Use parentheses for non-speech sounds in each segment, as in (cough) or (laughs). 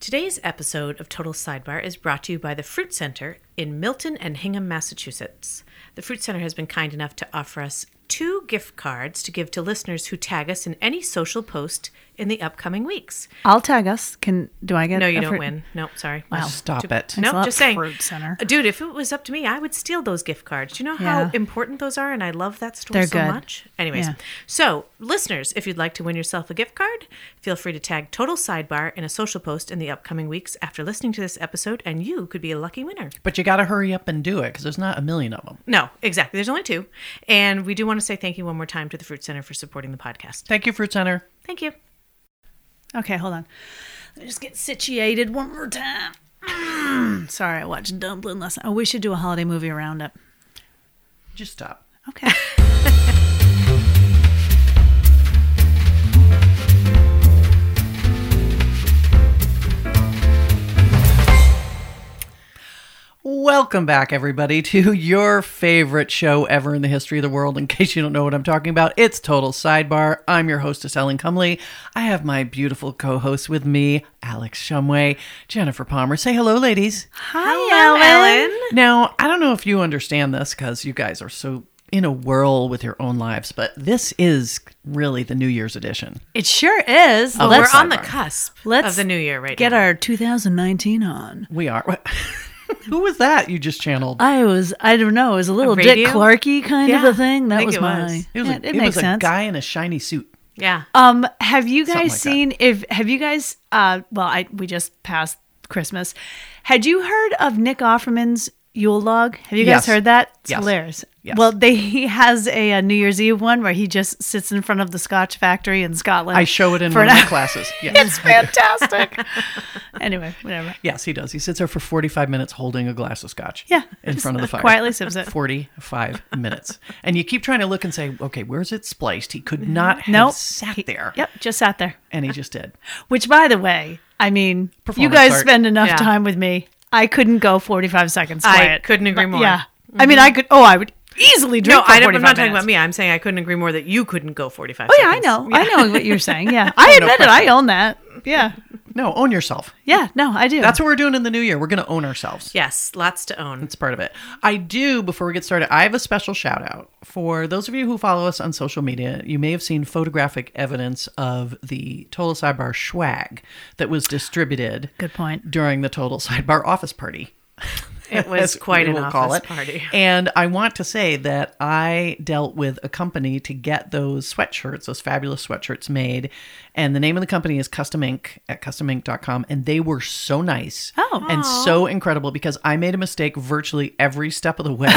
Today's episode of Total Sidebar is brought to you by the Fruit Center in Milton and Hingham, Massachusetts. The Fruit Center has been kind enough to offer us two gift cards to give to listeners who tag us in any social post in the upcoming weeks. I'll tag us. Can do I get? No, you a don't fruit- win. Nope, sorry. Wow. Stop it. No, a lot, just saying. Uh, Fruit Center. Dude, if it was up to me, I would steal those gift cards. Do you know how Yeah. important those are? And I love that store They're so good. much. Anyways, Yeah. so listeners, if you'd like to win yourself a gift card, feel free to tag Total Sidebar in a social post in the upcoming weeks after listening to this episode, and you could be a lucky winner. But you got to hurry up and do it because there's not a million of them. No, exactly. There's only two. And we do want to say thank you one more time to the Fruit Center for supporting the podcast. Thank you, Fruit Center. Thank you. Okay, hold on. Let me just get situated one more time. Mm, Sorry, I watched Dumpling last night. Oh, we should do a holiday movie roundup. Just stop. (laughs) Okay. Welcome back, everybody, to your favorite show ever in the history of the world. In case you don't know what I'm talking about, it's Total Sidebar. I'm your hostess, Ellen Cumley. I have my beautiful co hosts with me, Alex Shumway, Jennifer Palmer. Say hello, ladies. Hi, Hello, Ellen. Now, I don't know if you understand this because you guys are so in a whirl with your own lives, but this is really the New Year's edition. It sure is. Oh, let's we're on the sidebar. cusp Let's of the new year right get now. our 2019 on. We are. (laughs) Who was that you just channeled? I was, I don't know, it was a little Dick radio? Clarky kind Yeah, of a thing. I That think was it my. was. It was, Yeah, a, it it makes was a sense. guy in a shiny suit. yeah. Um, have you Something guys like that. seen if have you guys uh well I we just passed Christmas. Had you heard of Nick Offerman's Yule Log? Have you Yes. guys heard that? It's Yes. hilarious. Yes. Well, they (laughs) he has a, uh New Year's Eve one where he just sits in front of the Scotch factory in Scotland. I show it in for one an of my (laughs) hour. classes. It's Yes. fantastic. (laughs) anyway, whatever. yes, he does. He sits there for 45 minutes holding a glass of scotch. Yeah, In just front of the fire. quietly sips it. 45 (laughs) minutes. And you keep trying to look and say, okay, where's it spliced? He could not have Nope. sat He- there. Yep, just sat there. And he just did. Which, by the way, I mean, you Performance guys art. spend enough Yeah. time with me. I couldn't go 45 seconds. I Quiet. couldn't agree But, more. Mm-hmm. Yeah. I mean, I could, oh, I would easily drink. No, for I don't, 45 I'm not talking minutes. about me. I'm saying I couldn't agree more that you couldn't go 45 Oh, yeah, I seconds. know. I know what you're (laughs) saying. Yeah. Oh, I admit it. I own that. Yeah. No, own yourself. Yeah. No, I do. That's what we're doing in the new year. We're going to own ourselves. Yes, lots to (laughs) own. It's part of it. I do, before we get started, I have a special shout out for those of you who follow us on social media. You may have seen photographic evidence of the Total Sidebar swag that was distributed Good point. during the Total Sidebar office party. It as was quite we an will office call it. party. (laughs) And I want to say that I dealt with a company to get those sweatshirts, those fabulous sweatshirts made. And the name of the company is Custom Ink at custominc.com. And they were so nice Oh. and so incredible because I made a mistake virtually every step of (laughs) the way.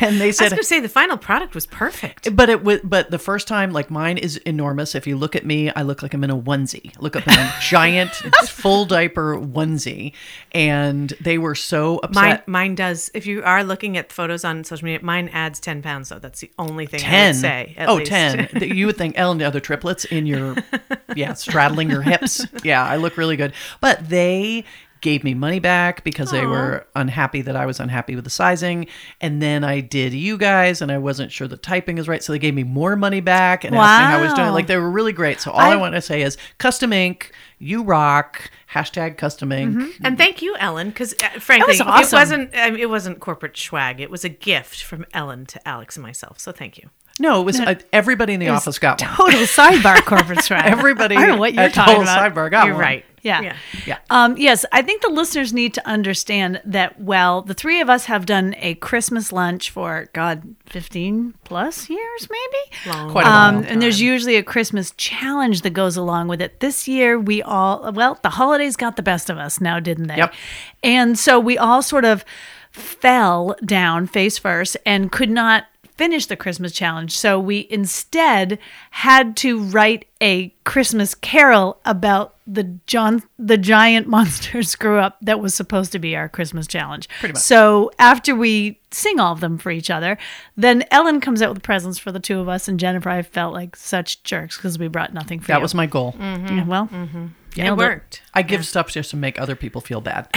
and they I was said, going to say the final product was perfect. but it was, but the first time, like mine is enormous. If you look at me, I look like I'm in a onesie. Look up in (laughs) a giant, full diaper onesie, and they were so upset. Mine, mine does. If you are looking at photos on social media, mine adds 10 pounds, though. That's the only thing I 10 would say. At oh least. 10 That you would think ellen the other triplets in your yeah straddling your hips yeah i look really good but they gave me money back because they were unhappy that i was unhappy with the sizing and then i did you guys and i wasn't sure the typing is right so they gave me more money back and asked me how i was doing Wow. like they were really great so all i, I- want to say is custom ink you rock hashtag custom ink (laughs) And thank you, Ellen, because uh, frankly, was awesome. it wasn't um, it wasn't corporate swag. It was a gift from Ellen to Alex and myself. So thank you. no it was uh, everybody in the office (laughs) got one Total sidebar (laughs) corporate swag. everybody I don't know what you're at talking Total about. sidebar got You're one. right. Yeah. Yeah. yeah Um, yes, I think the listeners need to understand that while the three of us have done a Christmas lunch for, God, 15 plus years, maybe? Long Quite a while. Um, and there's usually a Christmas challenge that goes along with it. This year, we all, well, the holidays got the best of us now, didn't they? Yep. And so we all sort of fell down face first and could not finish the Christmas challenge. So we instead had to write a Christmas carol about the John the giant (laughs) monster screw up that was supposed to be our Christmas challenge. Pretty much. So after we sing all of them for each other, then Ellen comes out with presents for the two of us and Jennifer I felt like such jerks because we brought nothing for that you. was my goal Yeah, well It nailed it. worked. I give stuff just to make other people feel bad.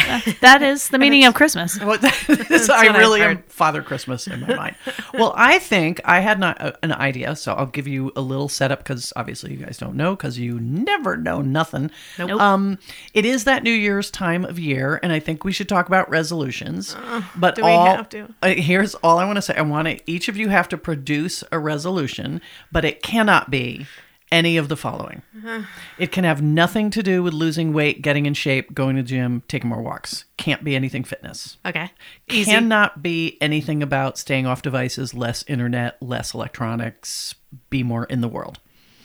that is the meaning of Christmas. What- (laughs) this- I what I've really am heard. Father Christmas in uh, my mind. well, I think I had not a, an idea, so I'll give you a little setup because obviously you guys guys don't know because you never know nothing. Nope. Um, it is that New Year's time of year, and I think we should talk about resolutions. but do we all, have to? uh, here's all I want to say. I want to, each of you have to produce a resolution, but it cannot be any of (sighs) the following. It can have nothing to do with losing weight, getting in shape, going to gym, taking more walks. Can't be anything fitness. Okay. Cannot be anything about staying off devices, less internet, less electronics, be more in the world.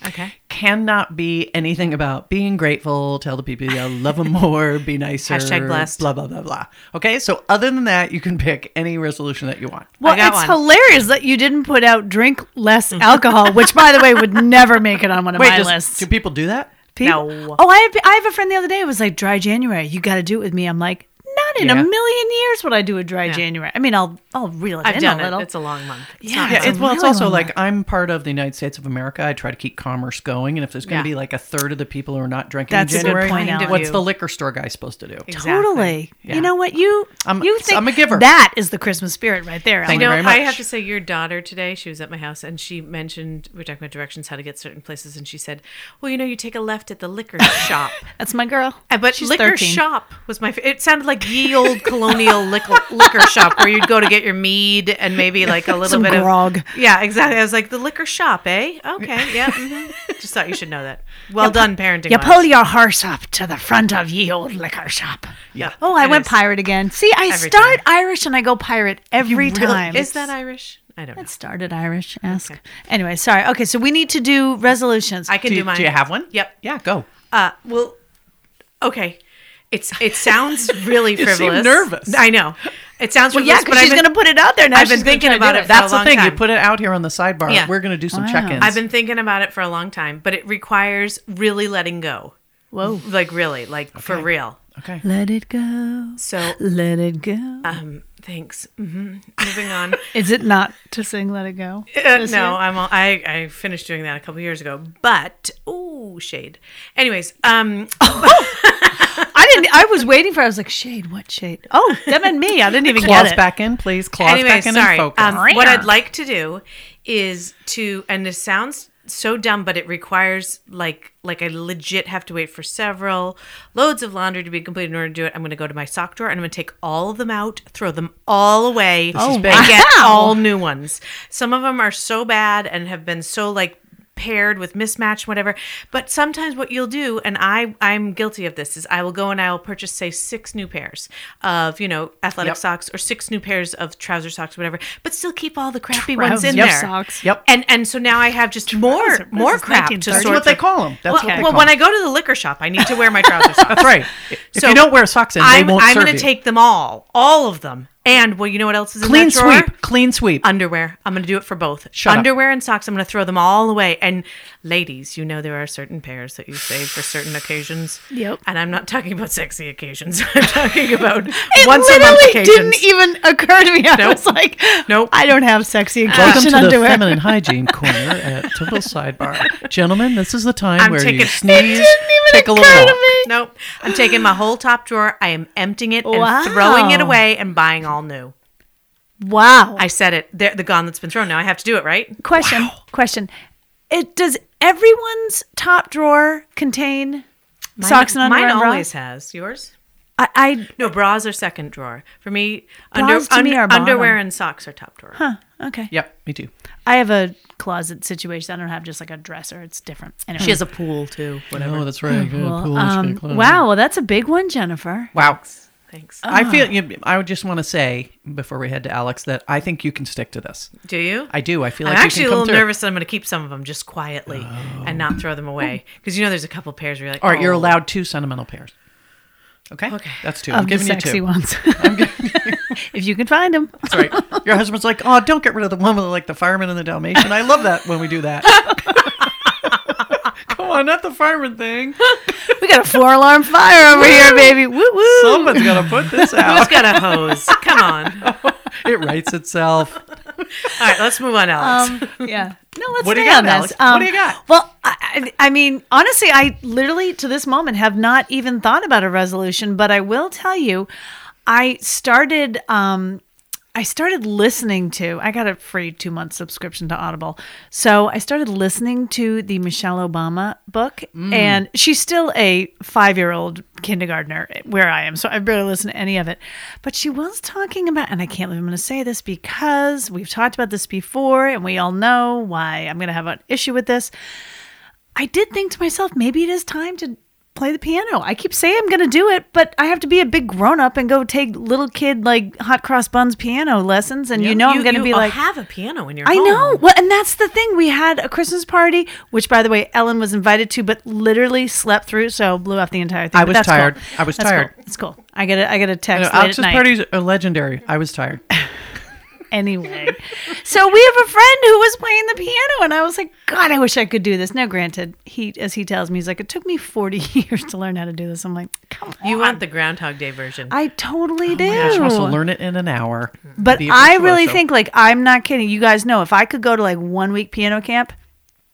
Okay. Cannot be anything about being grateful, tell the people you love them more, be nicer. Hashtag blessed. Blah, blah, blah, blah. Okay. So, other than that, you can pick any resolution that you want. Well, got one. it's hilarious that you didn't put out drink less alcohol, which, by the (laughs) way, would never make it on one of my does- lists. do people do that? People- No. Oh, I have, I have a friend the other day who was like, dry January, you got to do it with me. I'm like, not in Yeah. a million years would I do a dry January. I mean, I'll I'll reel it I've in done a it. little. It's a long month. It's Yeah, not Yeah, That's fun. it's, well, it's really also long like I'm part of the United States of America. I try to keep commerce going, and if there's going Yeah. to be like a third of the people who are not drinking That's a in good January, point, Kind of what's you. the liquor store guy supposed to do? Exactly. Totally. Yeah. You know what? You I'm- you so think I'm a giver. That is the Christmas spirit right there. Thank Ellen. you No, very I much. have to say, your daughter today, she was at my house and she mentioned, we are talking about directions, how to get certain places. And she said, Well, you know, you take a left at the (laughs) liquor shop. That's my girl. Uh, But She's liquor 13. shop was my. fa- It sounded like ye old colonial liquor, liquor shop where you'd go to get your mead and maybe like a little Some bit grog. of Yeah, exactly. I was like the liquor shop, eh? Okay, (laughs) yeah. mhm. Just thought you should know that. Well done, parenting. You wise. pull your horse up to the front of ye old liquor shop. Yeah. Oh, I went Anyways. pirate again. See, I Every start Irish and I go pirate every time. Is that Irish? I don't know. It started Irish. Ask anyway. Sorry. Okay, so we need to do resolutions. I can Do do, you, mine. do you have one? Yep. Yeah, go. Uh, well, okay. It's it (laughs) sounds really You seem frivolous. nervous. I know. It sounds well, yeah, frivolous, but because I've she's been, going to put it out there now. I've been She's gonna thinking try to about do it for That's a the long thing. You time. put it out here on the sidebar. Yeah. We're going to do some Wow. check-ins. I've been thinking about it for a long time, but it requires really letting go. Whoa. Like really, like for real. (laughs) okay. Let it go. So Let it go. um, thanks. hmm Moving (laughs) on. Is it not to sing "Let It (laughs) Go"? Uh, no, I'm all, I I finished doing that a couple years ago, but ooh shade. Anyways, um, I didn't. I was waiting for. I was like, shade. What shade? Oh, them and me. I didn't even get Claws it. back in, please. Claws anyway, back in sorry. and focus. Um, what I'd like to do is to, and this sounds so dumb, but it requires like like I legit have to wait for several loads of laundry to be completed in order to do it. I'm going to go to my sock drawer and I'm going to take all of them out, throw them all away, is and big. get wow. all new ones. Some of them are so bad and have been so like paired with mismatch whatever but sometimes what you'll do and i i'm guilty of this is i will go and i'll purchase say six new pairs of you know athletic Yep. socks or six new pairs of trouser socks whatever but still keep all the crappy ones in Yep. there Socks. Yep. and and so now i have just more This more is crap to 1930s. That's sort what they through. call them. That's what well, they well call when i them. go to the liquor shop i need to wear my (laughs) trouser socks That's right. If So, you don't wear socks in, i'm, they won't I'm serve gonna you. take them all all of them and well you know what else is clean in that drawer? sweep. Clean sweep. underwear. I'm going to do it for both. Shut up. underwear and socks. I'm going to throw them all away. And ladies, you know there are certain pairs that you save for certain occasions. (laughs) Yep. And I'm not talking about sexy occasions. (laughs) I'm talking about (laughs) It once a month literally occasions. didn't even occur to me. I was like, Nope. I don't have sexy Welcome to occasion the (laughs) underwear. feminine hygiene corner at Total Sidebar. Gentlemen, this is the time I'm where taking- you It sneeze, didn't even take a little occur to walk. me. Nope. I'm taking my whole top drawer. I am emptying it Wow. and throwing it away and buying all new. Wow. I said it. The, the gone that's been thrown. Now I have to do it, right? question. Question. It does everyone's top drawer contain socks and mine, underwear? Mine and bra? always has. Yours? I, I No, bras are second drawer. For me, Bras to me are bottom. underwear and socks are top drawer. okay. Yep, me too. I have a closet situation. I don't have just like a dresser. It's different. Anyway. She has a pool too. Whatever. Oh, that's right. Yeah, Well, pool, um, shake, wow. Well, that's a big one, Jennifer. Wow. Thanks. Oh. I feel. You, I would just want to say before we head to Alex that I think you can stick to this. Do you? I do. I feel I'm like actually a you can come little through. nervous that I'm going to keep some of them just quietly and not throw them away because you know there's a couple pairs where you're like, Oh. All right, you're "Oh." allowed two sentimental pairs. Okay. Okay. That's two. I'm Of the giving you sexy two. ones. (laughs) if you can find them. That's (laughs) right. Your husband's like, oh, don't get rid of the one with like the fireman and the Dalmatian. I love that when we (laughs) do that. Come on, not the fireman thing. We got a four alarm fire over here, baby. Woo (laughs) woo. Someone's gonna put this Who's (laughs) out. got a (laughs) hose? Come on. All it writes itself. right, let's move on, Alex. Um, yeah. No, let's What do stay you got, on this. Um, Alex? What do you got? Well, I, I I mean, honestly, I literally to this moment have not even thought about a resolution, but I will tell you, I started um, I started listening to, I got a free two month subscription to Audible. So I started listening to the Michelle Obama book, and she's still a five year old kindergartner where I am. So I barely listened to any of it. But she was talking about, and I can't believe I'm going to say this because we've talked about this before, and we all know why I'm going to have an issue with this. I did think to myself, maybe it is time to play the piano. I keep saying I'm going to do it, but I have to be a big grown up and go take little kid like hot cross buns piano lessons. And you know, I'm You- going to you be like, have a piano in your I home. know. Well, and that's the thing. We had a Christmas party, which by the way, Ellen was invited to, but literally slept through, so blew off the entire thing. I But was that's tired. Cool. I was That's tired. Cool. It's cool. I get a, I get a You know, text. late at Alex's night parties are legendary. I was tired. anyway. so we have a friend who was playing the piano, and I was like, God, I wish I could do this. Now, granted, he as he tells me, he's like, it took me 40 (laughs) years to learn how to do this. I'm like, come on. You want the Groundhog Day version. I totally do. You're supposed to learn it in an hour. But Be a I really virtuoso. think, like, I'm not kidding. You guys know if I could go to like one week piano camp,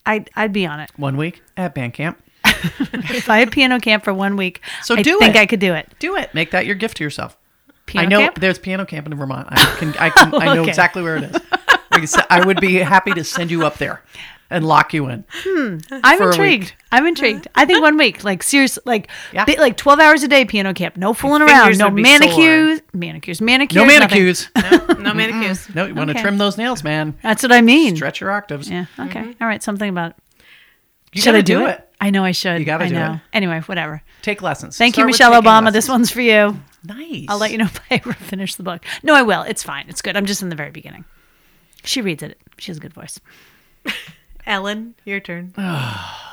I'd I'd be on it. one week at band camp. If I had piano camp for one week, So I do think it. I could do it. Do it. Make that your gift to yourself. Piano I know camp? there's piano camp in Vermont. I can. (laughs) I, can, I know Okay. exactly where it is. Like I said, I would be happy to send you up there and lock you in. I'm for a week. intrigued. I'm intrigued. I think one week, like seriously, like Yeah. bi- like 12 hours a day piano camp. No fooling around. fingers No would be manicures, manicures, manicures. No nothing. manicures. no manicures. No, you want Okay. to trim those nails, man. That's what I mean. Stretch your octaves. Yeah. Okay. All right. Something about it. You Should gotta I do, it? I know I should. You gotta I do know. it. Anyway, whatever. Take lessons. Thank Start you, with Michelle taking Obama. lessons. This one's for you. nice. I'll let you know if I ever (laughs) finish the book. No, I will. It's fine. It's good. I'm just in the very beginning. She reads it. She has a good voice. Ellen, your turn. Oh,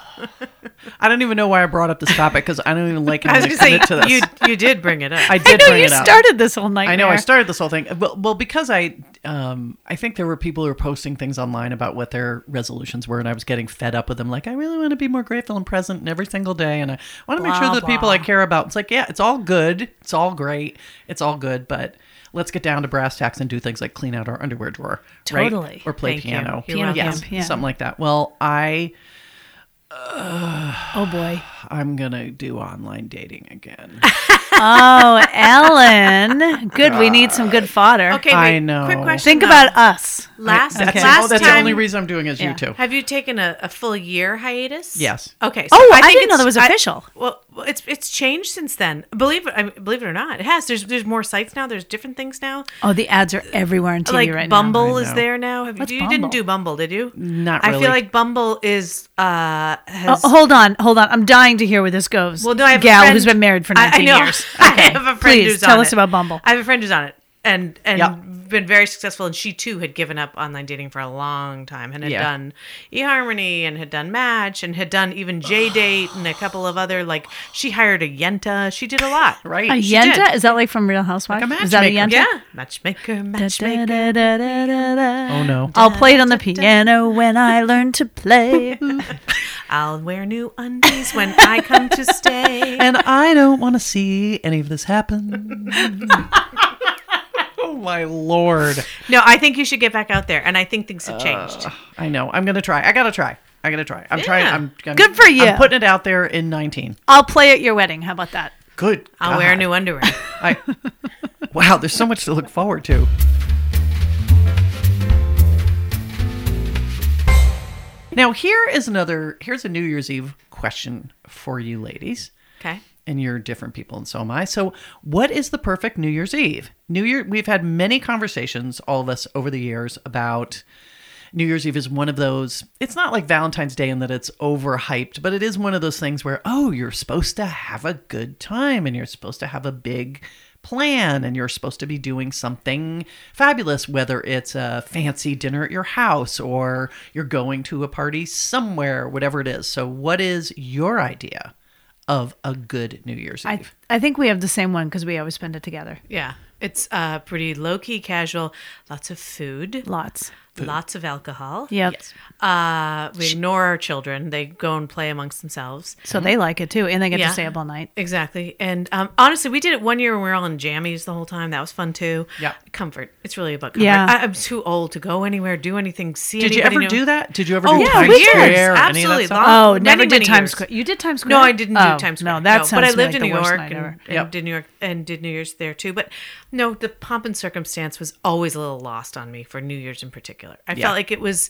I don't even know why I brought up this topic because I don't (laughs) even like how I was to going to say, commit to this. you, you did bring it up. I I did know (laughs) bring you it up. started this whole night. I know I started this whole thing. Well, well because I um, I think there were people who were posting things online about what their resolutions were, and I was getting fed up with them. Like, I really want to be more grateful and present in every single day, and I want to make Blah, sure that the people blah. I care about. It's like, yeah, it's all good, it's all great, it's all good, but let's get down to brass tacks and do things like clean out our underwear drawer, right? Totally. or play Thank you. piano, You're Piano yes, camp, yeah. something like that. Well, I Oh boy. I'm gonna do online dating (laughs) again. Oh, Ellen. Good. (laughs) We need some good fodder. okay, wait, I know. Quick question. Think though. about us. last, That's, the- last that's time. the only reason I'm doing it is Yeah. you two. Have you taken a, a full year hiatus? Yes. Okay. Oh, I think didn't know it's- that was I- official. well, well, it's it's changed since then. Believe it, I mean, believe it or not, it has. There's there's more sites now. There's different things now. Oh, the ads are everywhere on TV like right now. Bumble I is know. there now. Have, What's you Bumble? didn't do Bumble, did you? Not I really. feel like Bumble is uh Oh, has. hold on, hold on. I'm dying to hear where this goes. Well, no, I have Oh, a gal friend, who's been married for I- 19 I, know. years. (laughs) I have a friend Please, who's tell on us it. about Bumble. I have a friend who's on it, and and Yep. been very successful, and she too had given up online dating for a long time, and had Yeah. done eHarmony, and had done Match, and had done even JDate, and a couple of other like she hired a yenta. She did a lot, right? A She did. yenta? Is that like from Real Housewives? Like a is that a matchmaker. yenta? Yeah, matchmaker, matchmaker. Da-da-da-da-da-da. Oh, no. I'll play it on the piano when I learn (laughs) to play. I'll wear new undies when I come to stay. and I don't want to see any of this happen. (laughs) oh my lord! (laughs) No, I think you should get back out there, and I think things have changed. I know. I'm gonna try. I gotta try. I gotta try. I'm trying. Yeah. I'm, I'm Good for you. I'm putting it out there in 19. I'll play at your wedding. How about that? Good. I'll wear God. new underwear. (laughs) I, (laughs) wow, there's so much to look forward to. Now here is another. Here's a New Year's Eve question for you, ladies. Okay. and you're different people and so am i so what is the perfect new year's eve new year we've had many conversations all of us over the years about new year's eve is one of those it's not like valentine's day in that it's overhyped but it is one of those things where oh you're supposed to have a good time and you're supposed to have a big plan and you're supposed to be doing something fabulous whether it's a fancy dinner at your house or you're going to a party somewhere whatever it is so what is your idea of a good New Year's I, Eve. I think we have the same one because we always spend it together. Yeah. It's uh, pretty low key, casual, lots of food, Lots. food. Lots of alcohol. Yep. Uh, we ignore our children. They go and play amongst themselves. So they like it too, and they get Yeah. to stay up all night. Exactly. And um, honestly, we did it one year when we were all in jammies the whole time. That was fun too. Yeah. Comfort. It's really about comfort. Yeah. I, I'm too old to go anywhere, do anything, see Did you anybody ever new. do that? Did you ever Oh, do yeah, Times we did. Square? Any of that Absolutely. stuff? Long- Oh, Many, never did many Times years. Square. You did Times Square? No, I didn't do Oh, Times Square. No, that sounds But I like lived in the New worst York night and, ever. and Yep. did New York and did New Year's there too. But no, the pomp and circumstance was always a little lost on me for New Year's in particular. I Yeah. felt like it was.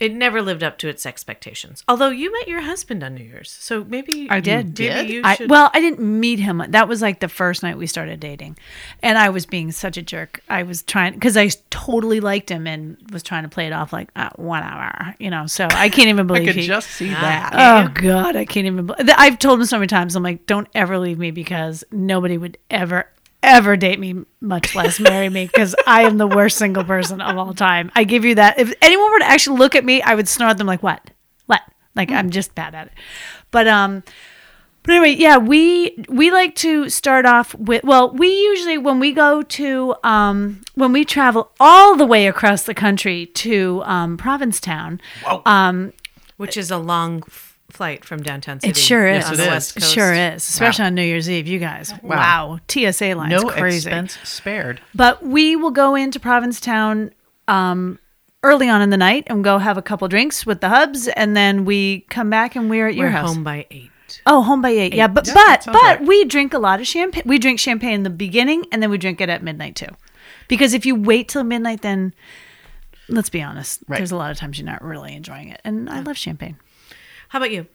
It never lived up to its expectations. Although you met your husband on New Year's, so maybe I did. Maybe Did? you I, should. well, I didn't meet him. That was like the first night we started dating, and I was being such a jerk. I was trying because I totally liked him and was trying to play it off like uh, whatever, you know. So I can't (laughs) even I believe could he. just see that. oh God, I can't even. bel- I've told him so many times. I'm like, don't ever leave me because nobody would ever. Ever date me, much less marry me, because I am the worst single person of all time. I give you that. If anyone were to actually look at me, I would snort at them like, "What? What? Like I'm just bad at it." But um, but anyway, yeah, we we like to start off with well, we usually when we go to um when we travel all the way across the country to um Provincetown. which is a long f- flight from downtown city. It sure is. Yes, on it the is. West It Coast. sure is, especially on New Year's Eve, you guys. Wow. TSA lines no crazy. expense spared. But we will go into Provincetown um early on in the night and go have a couple drinks with the hubs and then we come back and we're at your We're house. home by eight. Oh, home by eight. Yeah, but Yeah, that but but sounds right. we drink a lot of champagne. We drink champagne in the beginning, and then we drink it at midnight too, because if you wait till midnight, then let's be honest, Right. there's a lot of times you're not really enjoying it. And I love champagne. How about you?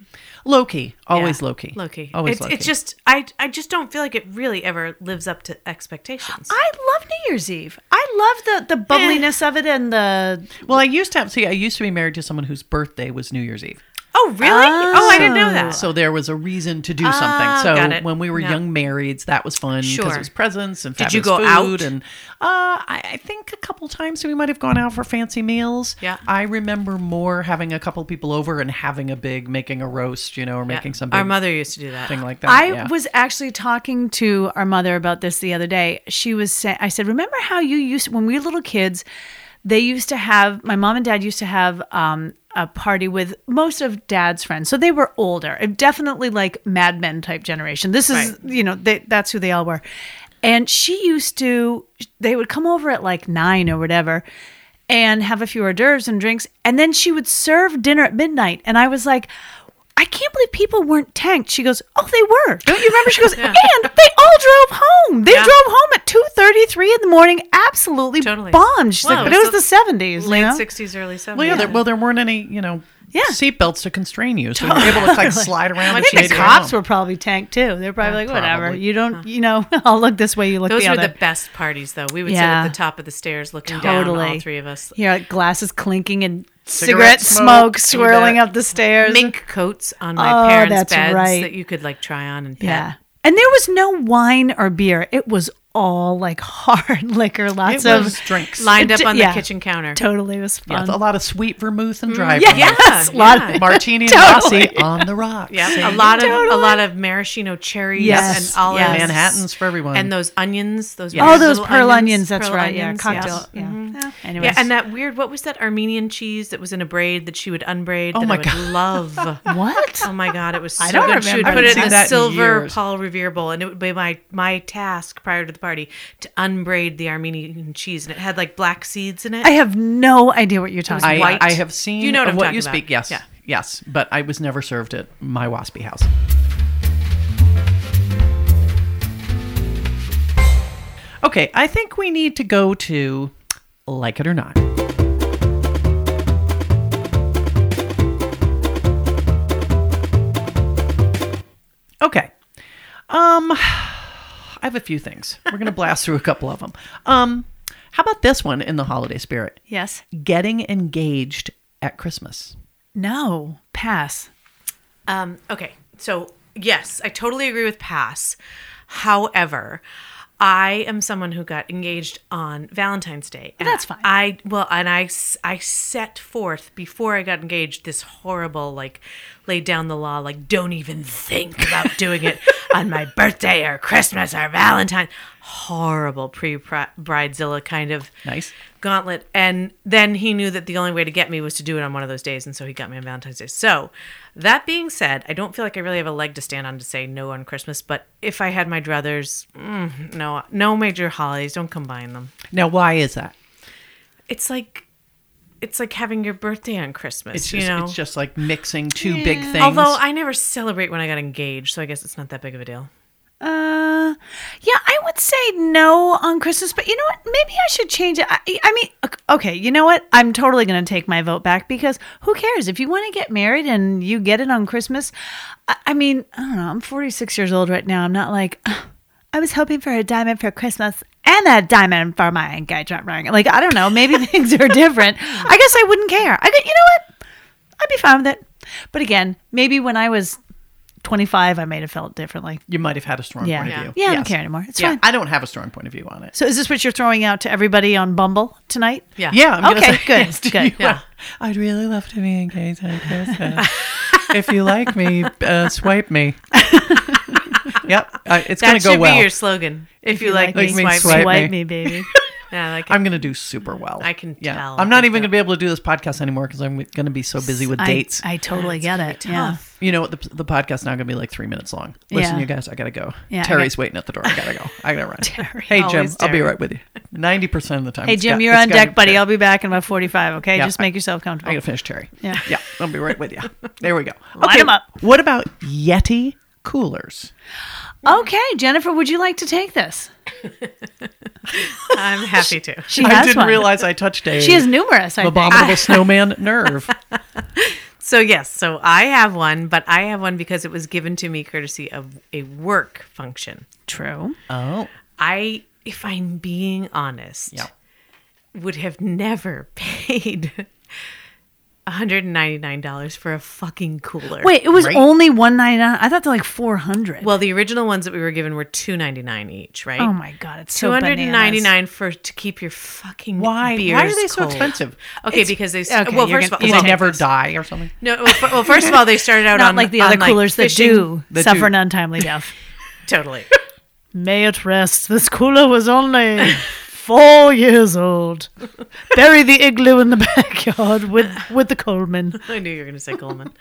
Loki, always Yeah. Loki, Loki. always it's, Loki. It's just I I just don't feel like it really ever lives up to expectations. I love New Year's Eve. I love the the bubbliness of it and the well, I used to have, see. I used to be married to someone whose birthday was New Year's Eve, oh really? Oh, I didn't know that. so there was a reason to do Ah, something. got So it. when we were Yeah. young marrieds, that was fun because Sure. it was presents and Did you fabulous go food out? And uh, I, I think a couple times we might have gone out for fancy meals. Yeah. I remember more having a couple people over and having a big, making a roast, you know, or making something Our mother used to do that. thing like that. I yeah. was actually talking to our mother about this the other day. She was saying, I said, remember how you used, when we were little kids, they used to have, my mom and dad used to have um, a party with most of dad's friends. So they were older, and definitely like Mad Men type generation. This is, Right. you know, they, that's who they all were. And she used to, they would come over at like nine or whatever and have a few hors d'oeuvres and drinks. And then she would serve dinner at midnight. And I was like, I can't believe people weren't tanked. She goes, Oh, they were. Don't you (laughs) remember? She goes, And they all drove home. They Yeah. drove home at two thirty, three in the morning, absolutely Totally. bombed. She's Well, like, But it was so the 70s. Late you know? sixties, early seventies. Well, yeah, There, well, there weren't any, you know, Yeah. seatbelts to constrain you, so you were able to like slide around. I and think I think cheat the at cops home. were probably tanked too. They're probably like, whatever. probably. You don't, you know, (laughs) I'll look this way, you look Those the were other. the best parties, though. We would Yeah. sit at the top of the stairs looking down, all three of us. Here, like, glasses clinking and Cigarette cigarette, smoke, smoke, you swirling bet. up the stairs. Mink coats on my Oh, parents' that's beds right. that you could like try on and pet. Yeah. And there was no wine or beer. It was all like (laughs) hard liquor, lots it of was drinks. lined up It- on yeah. the kitchen counter. totally was Yeah, fun. a lot of sweet vermouth and dry (laughs) vermouth. Yeah, Yes, a lot of- yeah. Martini (laughs) and Totally. Rossi on the rocks. Yeah, a Same. lot of a lot of maraschino cherries Yes, and olives, yes. Manhattans for everyone. and those onions, those Oh, nice those little pearl onions. That's pearl right. onions, yeah, yes. Mm-hmm. cocktail. Yeah. Anyways. Yeah, and uh, that weird, what was that Armenian cheese that was in a braid that she would unbraid Oh that my I would God. love? (laughs) what? Oh my god, it was so (laughs) I don't good. She would remember put it in that. Seen the that in silver years. Paul Revere bowl, and it would be my my task prior to the party to unbraid the Armenian cheese, and it had like black seeds in it. I have no idea what you're talking about. I, white. I have seen You know what of I'm what talking you about. speak. Yes. Yeah. Yes. But I was never served at my waspy house. Okay, I think we need to go to like it or not. Okay. Um (sighs) I have a few things. We're going to blast through a couple of them. Um how about this one in the holiday spirit? Yes. getting engaged at Christmas. No. Pass. Um, okay, so yes, I totally agree with pass. However, I am someone who got engaged on Valentine's Day. And that's fine. I well, and I s- I set forth before I got engaged this horrible like lay down the law like don't even think about doing it. on my birthday or Christmas or Valentine. Horrible pre bridezilla kind of Nice. gauntlet. And then he knew that the only way to get me was to do it on one of those days. And so he got me on Valentine's Day. So that being said, I don't feel like I really have a leg to stand on to say no on Christmas. But if I had my druthers, mm, no, no major holidays, don't combine them. Now, why is that? It's like. It's like having your birthday on Christmas, It's you just, know. it's just like mixing two big things. Although I never celebrate when I got engaged, so I guess it's not that big of a deal. Uh, yeah, I would say no on Christmas, but you know what? Maybe I should change it. I, I mean, ok- okay, you know what? I'm totally going to take my vote back because who cares? If you want to get married and you get it on Christmas, I, I mean, I don't know. I'm 46 years old right now. I'm not like, (sighs) "Ugh, I was hoping for a diamond for Christmas and a diamond for my engagement ring. Like, I don't know. Maybe (laughs) things are different. I guess I wouldn't care. I, could- you know what? I'd be fine with it. But again, maybe when I was 25, I may have felt differently. you might have had a strong Yeah. point of Yeah. view. Yeah, I don't care anymore. It's yeah, fine. I don't have a strong point of view on it. So is this what you're throwing out to everybody on Bumble tonight? Yeah. Yeah. I'm gonna Okay, say good, yes to good. you. I'd really love to be engaged on Christmas. if you like me, uh, (laughs) swipe me. yep. Uh, it's going That to go should well. be your slogan. If, you like, me, swipe. swipe me. Swipe (laughs) me. me, baby. Yeah, I like it. I'm going to do super well. I can tell. I'm not I feel- even going to be able to do this podcast anymore because I'm going to be so busy with I- dates. I, totally get it. Yeah. tough. you know what? The, the podcast's now going to be like three minutes long. Listen, Yeah. you guys, I got to go. Yeah, I Terry's waiting at the door. I got to go. I got to run. (laughs) Terry, hey, Jim, always I'll be Terry. right with you. 90% of the time. Hey, it's Jim, got- you're it's on gotta deck, be buddy. Terry. I'll be back in about 45, okay? Yeah, Just I- make yourself I got comfortable. to finish Terry. Yeah. Yeah. I'll be right (laughs) with you. There we go. Line 'em up. What about Yeti coolers? Okay, Jennifer, would you like to take this? I'm happy to. She I has didn't one. realize I touched a She has numerous, I think. (laughs) (laughs) abominable snowman nerve. So yes, so I have one, but I have one because it was given to me courtesy of a work function. True. Oh. I, if I'm being honest, Yeah. would have never (laughs) paid $199 for a fucking cooler. Wait, it was Right. only 199 I thought they're like 400 Well, the original ones that we were given were 299 each, right? Oh my God, it's so Two hundred and ninety bananas. nine for to keep your fucking Why? Beers Why are they so cold. expensive? Okay, because they okay, well you're first of all gonna- you're Do well, they take never this. die or something? no well, fir- well, first of all they started out Not on like the on, other coolers that fishing- do That suffer do- an untimely death. (laughs) totally May it rest. This cooler was only (laughs) four years old. Bury the igloo in the (laughs) backyard with with the Coleman. I knew you were going to say Coleman.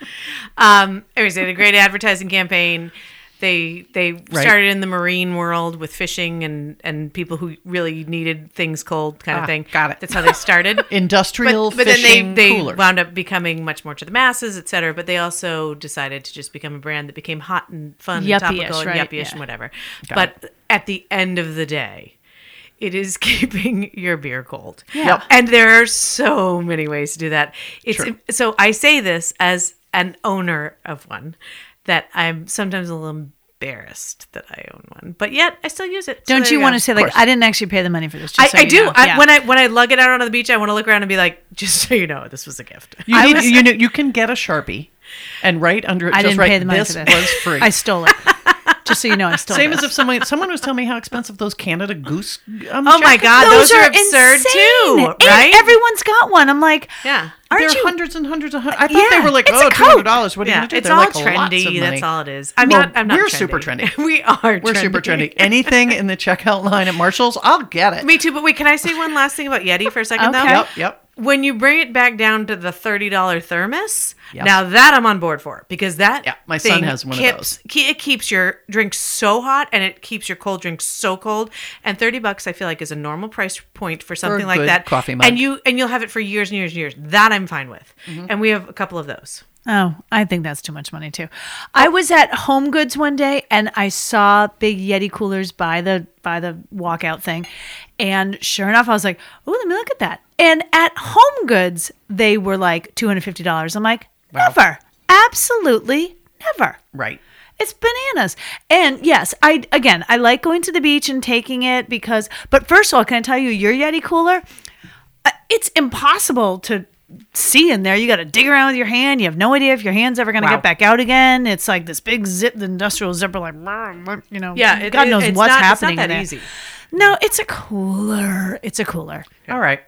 Um, anyways, they had a great advertising campaign. They they started in the marine world with fishing and and people who really needed things cold kind Ah, of thing. got it. That's how they (laughs) started. Industrial but, but fishing then they, they cooler. wound up becoming much more to the masses, et cetera. But they also decided to just become a brand that became hot and fun Yuppie-ish, and topical and right? yuppie ish Yeah. and whatever. but at the end of the day, it is (laughs) keeping your beer cold. Yep. And there are so many ways to do that. It's so I say this as an owner of one that I'm sometimes a little embarrassed that I own one, but yet I still use it. So Don't there you go. want to say like I didn't actually pay the money for this? I, Just so I you do. know." I, Yeah. When I when I lug it out onto the beach, I want to look around and be like, (laughs) just so you know, this was a gift. (laughs) You, I need, was- you know, you can get a sharpie, and right under it, I just didn't write, pay the money this for this. was free. (laughs) I stole it. Just so you know, I stole Same it. as if someone someone was telling me how expensive those Canada Goose. Um, Oh my jackets- God, those, are, absurd too, And right? everyone's got one. I'm like, yeah. aren't There are you? hundreds and hundreds of. Hun- I thought Yeah, they were like it's a oh, two coat. hundred dollars. What are you Yeah, gonna do? it's They're all like lots of trendy. That's money. all it is. I'm Well, not. I'm not. we're super (laughs) trendy. we are. We're (laughs) super trendy. Anything in the checkout line at Marshalls, I'll get it. Me too. But wait, can I say one last thing about Yeti for a second Okay. though? Yep, yep. When you bring it back down to the thirty dollar thermos, Yep. now that I'm on board for because that Yeah, my son thing has one of keeps, those. ke- It keeps your drink so hot and it keeps your cold drink so cold. And thirty bucks, I feel like, is a normal price point for something like good that. coffee mug. Mm-hmm. and you and you'll have it for years and years and years. That I'm fine with. And we have a couple of those. Oh, I think that's too much money too. I was at Home Goods one day and I saw big Yeti coolers by the by the walkout thing, and sure enough, I was like, "Oh, let me look at that." And at Home Goods, they were like two hundred fifty dollars. I'm like, "Never, absolutely never." Right. It's bananas. And yes, I again, I like going to the beach and taking it because. But first of all, can I tell you, your Yeti cooler, uh, it's impossible to see in there. You got to dig around with your hand. You have no idea if your hand's ever going to Wow. get back out again. It's like this big zip, the industrial zipper, like (laughs) brr, brr, you know. Yeah, it- God Mm-hmm. it- knows it's what's not- it's not happening. that in there. easy. No, it's a cooler. It's a cooler. All right.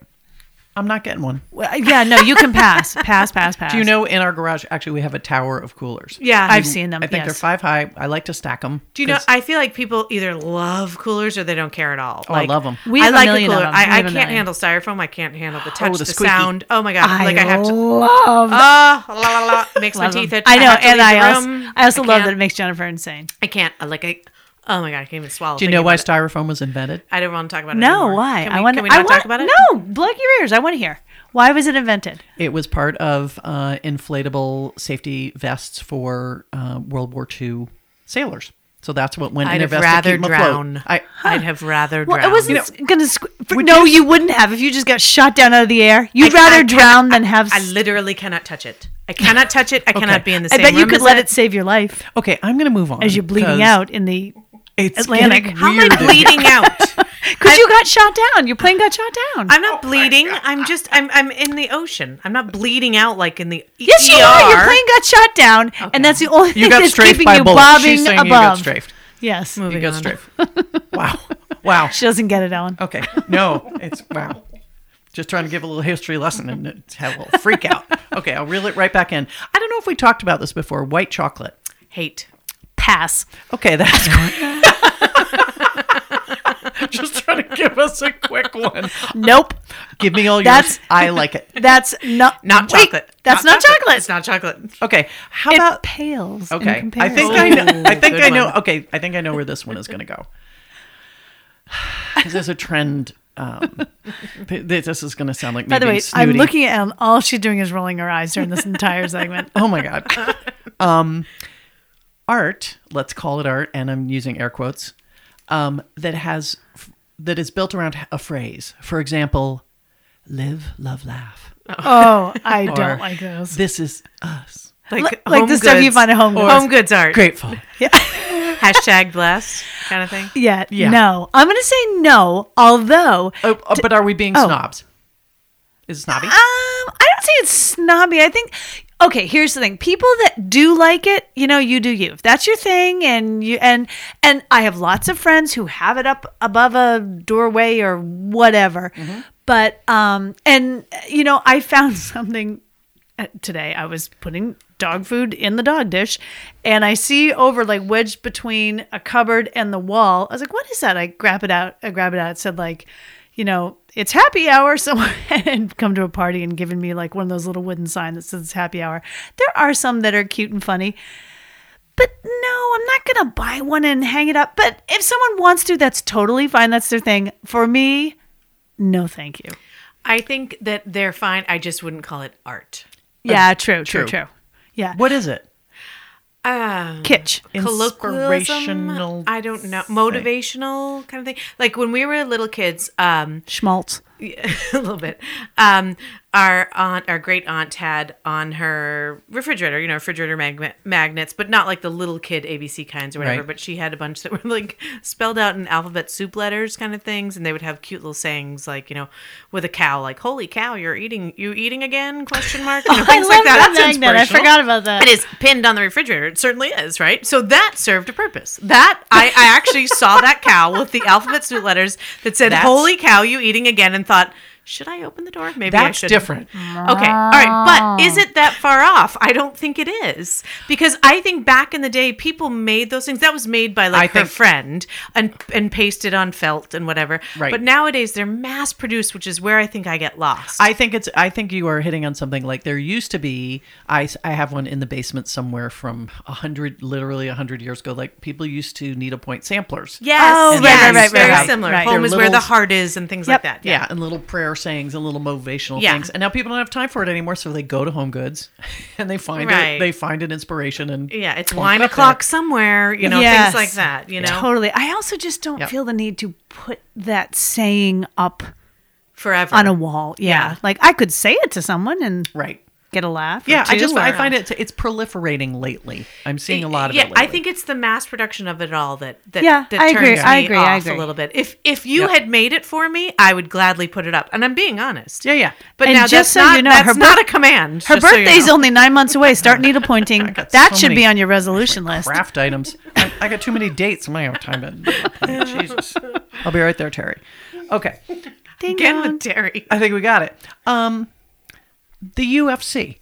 I'm not getting one. Well, yeah, no, you (laughs) can pass, pass, pass, pass. Do you know in our garage actually we have a tower of coolers? Yeah, I've Mm-hmm. seen them. I think they're yes. five high. I like to stack them. Do you know? I feel like people either love coolers or they don't care at all. Oh, I love 'em. We I have a like a million of cooler. 'em. We I, I have a can't million. Oh, handle styrofoam. I can't handle the touch, the the, squeaky. sound. Oh my god! I like I have to. love. (laughs) Ah, la, la, la, makes my teeth itch. I know, have to and leave I the also, room. I also love that it can't- makes Jennifer insane. I can't. I like. I, oh my god! I can't even swallow. Do you thinking know why about it. styrofoam was invented? I don't want to talk about it. No, anymore. why? Can I we- want. Can we I not want, talk about it? No, plug your ears. I want to hear. Why was it invented? It was part of uh, inflatable safety vests for uh, World War II sailors. So that's what went I'd in their have vest rather to keep 'em drown. afloat. I, I'd have rather drown. Well, it wasn't gonna. Squ- for, no, you, wouldn't have if you just got shot down out of the air. You'd I- I rather can't- drown than have. I s- literally cannot touch it. I (laughs) cannot touch it. I cannot be in the I same. bet you room could as let it save your life okay, I'm going to move on as you're bleeding 'cause out in (laughs) the. It's Atlantic. getting How am I weird in bleeding (laughs) out? Because you got shot down. Your plane got shot down. I'm not bleeding. I'm just. I'm. I'm in the ocean. I'm not bleeding out like in the. Yes, you ER. are. Your plane got shot down, and that's the only You thing got that's strafed keeping by you a bullet. She's bobbing saying above. you got strafed. Yes, You Moving got on. strafed. (laughs) Wow. Wow. she doesn't get it, Ellen. Okay. No, it's wow. Just trying to give a little history lesson and it's have a little freak out. Okay, I'll reel it right back in. I don't know if we talked about this before. White chocolate. Hate. Pass. Okay, (laughs) that's (laughs) just trying to give us a quick one. Nope. Give me all yours. That's- I (laughs) like it. That's not Not Wait, chocolate. That's not, chocolate. It's not chocolate. Okay, how It about pales. in okay? I comparison. think I know. I Ooh, think good I know. one. Okay, I think I know where this one is going (laughs) to go. 'Cause There's a trend. Um, th- th- this is going to sound like. By the maybe way, snooty. I'm looking at Ellen. All she's doing is rolling her eyes during this (laughs) entire segment. Oh my god. (laughs) um, art, let's call it art, and I'm using air quotes, um, that has that is built around a phrase. For example, live, love, laugh. Oh, I Or, don't like those. This is us. Like, like home the stuff you goods. find at Home Goods. Home goods art. Grateful. (laughs) Hashtag blessed kind of (laughs) thing. Yeah, Yeah. no. I'm going to say no, although um, Oh, oh, but are we being oh. snobs? Is it snobby? Um, I don't say it's snobby. I think okay, here's the thing. People that do like it, you know, you do you. If that's your thing and you and and I have lots of friends who have it up above a doorway or whatever. Mm-hmm. But um and you know, I found (laughs) something uh, today. I was putting dog food in the dog dish and I see over like wedged between a cupboard and the wall. I was like, "What is that?" I grab it out. I grab it out. It said like you know, it's happy hour. (laughs) Someone had come to a party and given me like one of those little wooden signs that says it's happy hour. There are some that are cute and funny, but no, I'm not going to buy one and hang it up. But if someone wants to, that's totally fine. That's their thing. For me, no, thank you. I think that they're fine. I just wouldn't call it art. Yeah, true, true, true. true. Yeah. What is it? Um, Kitsch. colloquialism. Inspirational I don't know. Motivational kind of thing. Like when we were little kids, um, Schmaltz. (laughs) a little bit. Um, our aunt, our great aunt, had on her refrigerator, you know, refrigerator magnet magnets, but not like the little kid ABC kinds or whatever. Right. But she had a bunch that were (laughs) like spelled out in alphabet soup letters, kind of things, and they would have cute little sayings like, you know, with a cow, like "Holy cow, you're eating, you eating again?" Question mark. Oh, You know, things like that. That's I inspirational. forgot about that. It is pinned on the refrigerator. It certainly is, right? So that served a purpose. That I, I actually saw that cow with the alphabet suit letters that said That's- "Holy cow, you eating again?" and thought, "Should I open the door? Maybe I Hmm. That's should." different. Okay, all right, but is it that far off? I don't think it is because I think back in the day, people made those things. That was made by like I her think- friend and and pasted on felt and whatever. Right. But nowadays they're mass produced, which is where I think I get lost. I think it's. I think you are hitting on something. Like there used to be. I I have one in the basement somewhere from a hundred, literally a hundred years ago. Like people used to needlepoint samplers. Yes. Oh, right, right, yes, right, Very right, similar. right. Home They're is where the littles. heart is and things like Yep. that. Yeah. Yeah, and little prayer sayings and little motivational Yeah. things. And now people don't have time for it anymore, so they go to Home Goods (laughs) and they find it. Right. They find an inspiration and Yeah. It's plonk nine it up o'clock there. somewhere, you know, Yes. things like that, you know, Totally. I also just don't Yep. feel the need to put that saying up forever. on a wall. Yeah. Like I could say it to someone and Right. get a laugh. or Yeah, I two, just or- I find it it's proliferating lately. I'm seeing a lot of yeah, it. Lately. I think it's the mass production of it all that that, Yeah, that I turns agree, me I agree, off I agree. a little bit. If if you Yep. had made it for me, I would gladly put it up. And I'm being honest. Yeah, yeah. But And now just that's so not you know, that's her not bir- a command. Her just so you birthday's know. only nine months away. Start needlepointing. got that so should many- be on your resolution list. craft items. I, I got too many dates. I don't have time to. Jesus. I'll be right there, Terry. Okay. Ding Again dong. with dairy. I think we got it. Um, the UFC.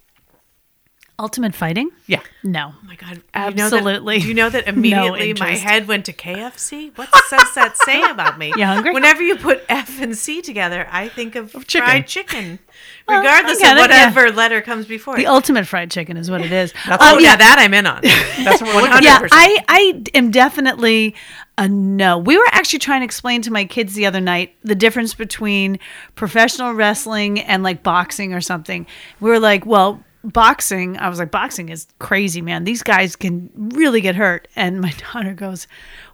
Ultimate fighting? Yeah. No. Oh my God. Absolutely. You know (laughs) that, you know that immediately my interest. head went to KFC? What does that say about me? (laughs) You hungry? Whenever you put F and C together, I think of, chicken. fried chicken, regardless I of get it, yeah. whatever letter comes before The it. ultimate fried chicken is what it is. Oh, Um, yeah, that I'm (laughs) in on. That's what we're looking for. yeah, 100%. I, I am definitely a no. We were actually trying to explain to my kids the other night the difference between professional wrestling and like boxing or something. We were like, well, boxing, I was like, boxing is crazy, man. These guys can really get hurt. And my (laughs) daughter goes,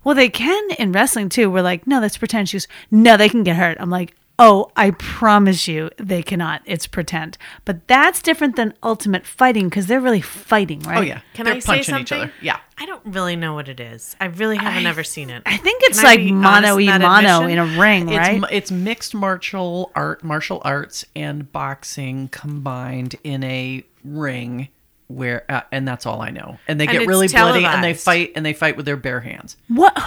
well, they can in wrestling too. We're like, no, that's pretend. She goes, no, they can get hurt. I'm like, Oh, I promise you they cannot. It's pretend. But that's different than ultimate fighting because they're really fighting, right? Oh yeah. Can They're I say punching something? each other. Yeah. I don't really know what it is. I really haven't ever seen it. I think it's Can I like be mono honest e in that mono admission? in a ring, It's right? m- it's mixed martial art, martial arts, and boxing combined in a ring where, uh, and that's all I know. And they And get it's really bloody, and they televised. fight, and they fight with their bare hands. what?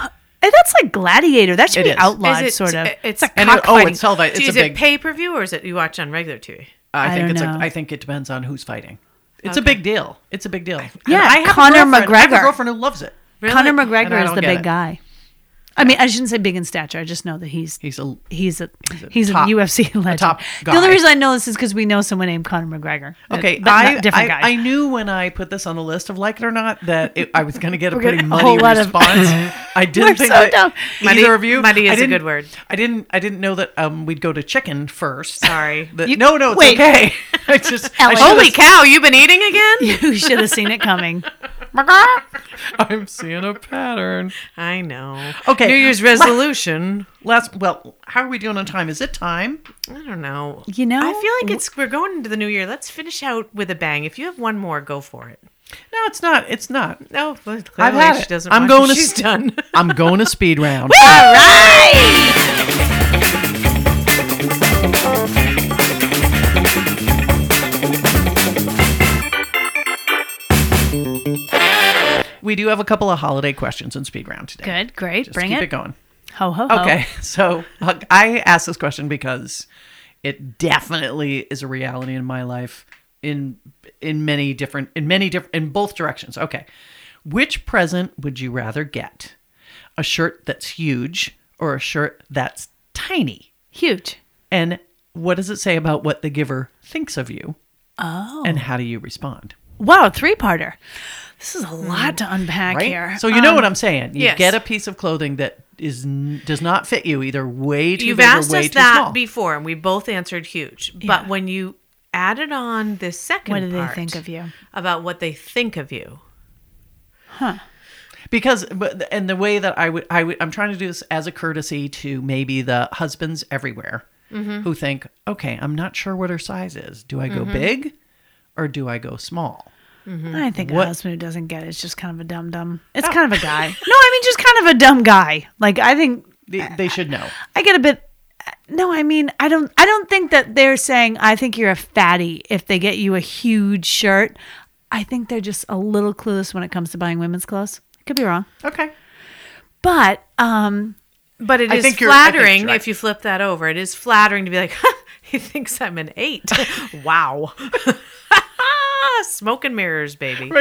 Eh, That's like gladiator. That should It be is. outlawed, Is it- sort of. it- it's- It's like And it- oh, cockfighting. it's televised. It's is a big. it pay per view or is it you watch on regular (laughs) TV? I I think don't it's. know. A, I think it depends on who's fighting. It's a big deal. It's a big deal. Yeah, And I have a Conor girlfriend- I have a McGregor. girlfriend who loves it. Really? Conor And I McGregor is don't the get big it. guy. I mean, I shouldn't say big in stature. I just know that he's He's a he's a he's a, a top- UFC legend. top The only guy. reason I know this is because we know someone named Conor McGregor. But- Okay, but I, not different I, guy. (laughs) I knew when I put this on the list of like it or not that it, I was going to get a pretty getting a muddy whole lot of- (laughs) response. I We're didn't think so that dumb. either Muddy- of you. muddy I is a good didn't- word. I didn't. I didn't know that um, we'd go to chicken first. Sorry. That- You- no, no, it's wait. (laughs) okay. I just Ellen. I should've- Holy cow, you've been eating again? you should have seen it (laughs) coming. I'm seeing a pattern. I know. Okay. New (laughs) Year's resolution. Last, well, how are we doing on time? Is it time? I don't know. You know, I feel like it's we're going into the new year. Let's finish out with a bang. If you have one more, go for it. No, it's not. It's not. No, well, I've clearly had she it. doesn't. I'm want going it. to She's s- done. I'm going (laughs) to speed round. (laughs) All right. We do have a couple of holiday questions in speed round today. Good, great. Just Bring keep it. Oh. it going. Ho ho ho. Okay, (laughs) so uh, I asked this question because it definitely is a reality in my life in in many different in many different in both directions. Okay, which present would you rather get? A shirt that's huge or a shirt that's tiny? Huge. And what does it say about what the giver thinks of you? Oh. And how do you respond? Wow, three parter. This is a lot to unpack Hmm. Right. here. So you know what I'm saying. You Um, yes. get a piece of clothing that is n- does not fit you either way too You've big asked or way us too that small. before, and we both answered huge. Yeah. But when you added on the second, What do they part think of you? About what they think of you. because but and the way that I would I would I'm trying to do this as a courtesy to maybe the husbands everywhere Mm-hmm. who think, okay, I'm not sure what her size is. Do I go big or do I go small? Mm-hmm. I think a What- husband who doesn't get it is just kind of a dumb dumb. It's Oh. kind of (laughs) a guy. no, I mean just kind of a dumb guy. Like I think They, Uh, they should know. I get a bit. No, I mean I don't. I don't think that they're saying I think you're a fatty if they get you a huge shirt. I think they're just a little clueless when it comes to buying women's clothes. I could be wrong, uh, Okay. but um, But it I is think you're- I think you're flattering right. if you flip that over. It is flattering to be like, (laughs) he thinks I'm an (laughs) eight. wow. (laughs) Smoke and mirrors, baby. (laughs)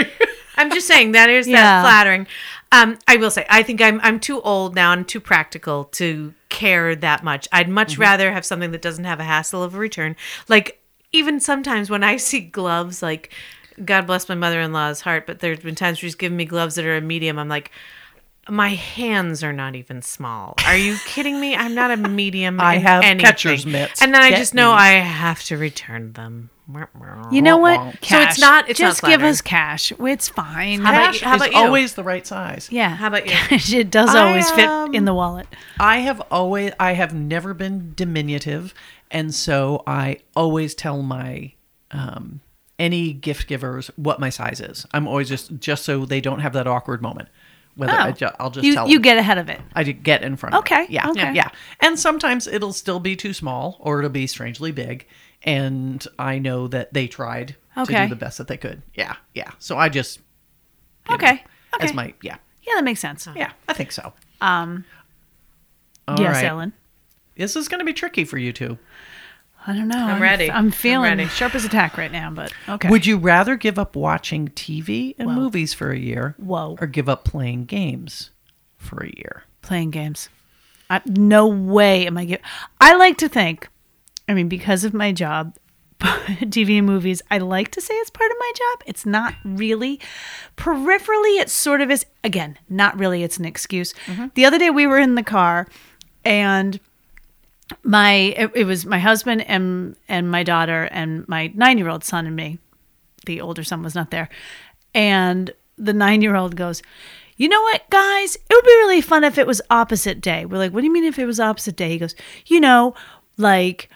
I'm just saying that is Yeah. that flattering. Um, I will say, I think I'm I'm too old now and too practical to care that much. I'd much Mm-hmm. rather have something that doesn't have a hassle of a return. Like even sometimes when I see gloves, like God bless my mother-in-law's heart, but there's been times where she's given me gloves that are a medium. I'm like. My hands are not even small. Are you kidding me? I'm not a medium. I in have anything. catcher's mitts. and then I Get just know me. I have to return them. Oh, you know Wah, what? wah. So it's not- it's not just give flattering. us cash. It's fine. How about Cash you- how is about you? always the right size. yeah. How about you? (laughs) it does I, always um, fit in the wallet. I have always I have never been diminutive and so I always tell my um any gift givers what my size is. I'm always just just so they don't have that awkward moment. Whether Oh. I ju- I'll just Oh. you, tell you them. get ahead of it. I did get in front. of Okay, it. Yeah. okay. Yeah. And sometimes it'll still be too small or it'll be strangely big. And I know that they tried to Okay. do the best that they could. Yeah. Yeah. So I just. you Okay. know, okay. As my, yeah. yeah, that makes sense. Yeah. I think so. Um, All yes, right. Ellen. This is going to be tricky for you two. I don't know. I'm, ready. I'm I'm feeling ready. sharp as a tack right now, but okay. Would you rather give up watching TV and movies for a year Whoa. or give up playing games for a year? playing games. I, no way am I give. I like to think. I mean, because of my job, (laughs) TV and movies. I like to say it's part of my job. It's not really. Peripherally, it sort of is. Again, not really. It's an excuse. Mm-hmm. The other day we were in the car, and my it, it was my husband and and my daughter and my nine year old son and me. The older son was not there, and the nine year old goes, "You know what, guys? It would be really fun if it was opposite day." We're like, "What do you mean if it was opposite day?" He goes, "You know, like."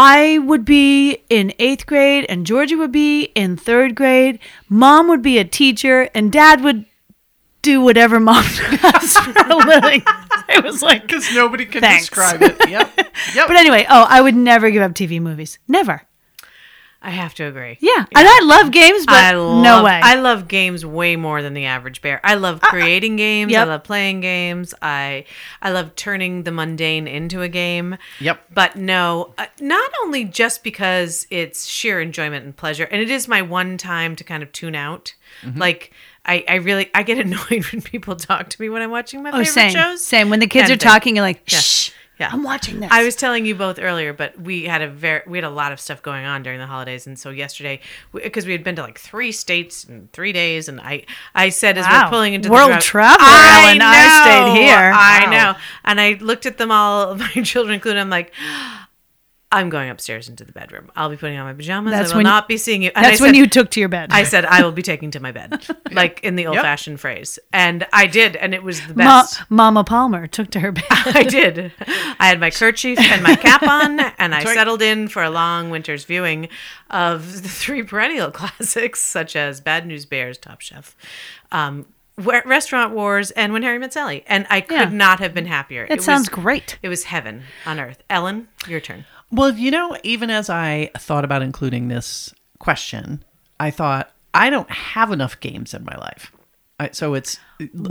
I would be in eighth grade and Georgia would be in third grade. Mom would be a teacher and dad would do whatever mom (laughs) does for a living. (laughs) It was like, Because nobody can Thanks. describe it. (laughs) Yep. Yep. but anyway, oh, I would never give up TV movies. Never. I have to agree. Yeah. And I love games, but I love, no way. Uh, I love games way more than the average bear. I love creating games. yep. I love playing games. I I love turning the mundane into a game. Yep. But no, uh, not only just because it's sheer enjoyment and pleasure, and it is my one time to kind of tune out. Mm-hmm. Like I, I really I get (laughs) annoyed when people talk to me when I'm watching my oh, favorite same. shows. Same. When the kids And are they- talking, you're like, shh. yeah. I'm watching this. I was telling you both earlier, but we had a very we had a lot of stuff going on during the holidays, and so yesterday, because we had been to like three states in three days, and I I said as Wow. we're pulling into World the drive- traveler, I Ellen. I stayed know, here. I Wow. know, and I looked at them all, (laughs) my children included. I'm like. I'm going upstairs into the bedroom. I'll be putting on my pajamas. That's I will when- not be seeing you. And I That's when said- you took to your bed. I said I will be taking to my (laughs) bed, like in the old-fashioned phrase, and I did, and it was the Ma- best. Mama Palmer took to her bed. (laughs) (laughs) I did. I had my kerchief and my cap on, and I settled in for a long winter's viewing of the three perennial (laughs) classics, such as Bad News Bears, Top Chef, um, Wa- Restaurant Wars, and When Harry Met Sally. And I could Yeah. not have been happier. That sounds great. It was heaven on earth. Ellen, your turn. Well, you know, even as I thought about including this question, I thought I don't have enough games in my life. I, so it's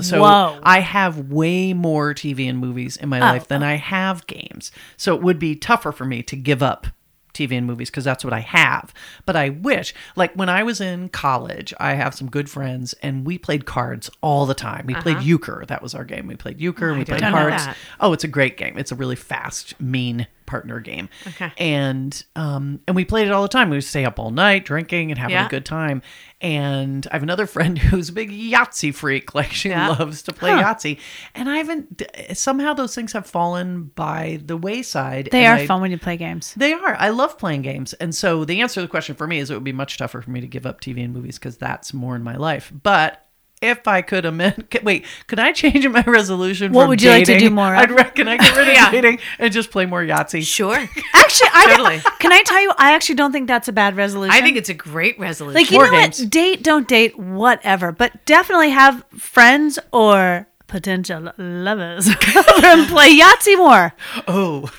so Whoa. I have way more TV and movies Oh, in my life than I have games. So it would be tougher for me to give up TV and movies because that's what I have. But I wish, like when I was in college, I have some good friends and we played cards all the time. We Uh-huh. played euchre. That was our game. We played euchre. we played didn't know cards. that. Oh, it's a great game. It's a really fast, mean partner game. Okay. And um and we played it all the time. We would stay up all night drinking and having Yeah. a good time. And I have another (laughs) friend who's a big Yahtzee freak. Like she Yeah. loves to play Yahtzee. And I haven't d- somehow those things have fallen by the wayside. They and are I- fun when you play games. They are. I love playing games. And so the answer to the question for me is it would be much tougher for me to give up TV and movies because that's more in my life. But if I could amend, (laughs) could- wait, could I change my resolution? What from would you like to do dating? more of? I'd reckon I (laughs) get rid of Yeah. dating and just play more Yahtzee. Sure. Actually, I Totally. can I tell you? I actually don't think that's a bad (laughs) resolution. I think it's a great resolution. like you more know games. what? Date, don't date, whatever. But definitely have friends or potential lovers (laughs) over and play Yahtzee more. Oh,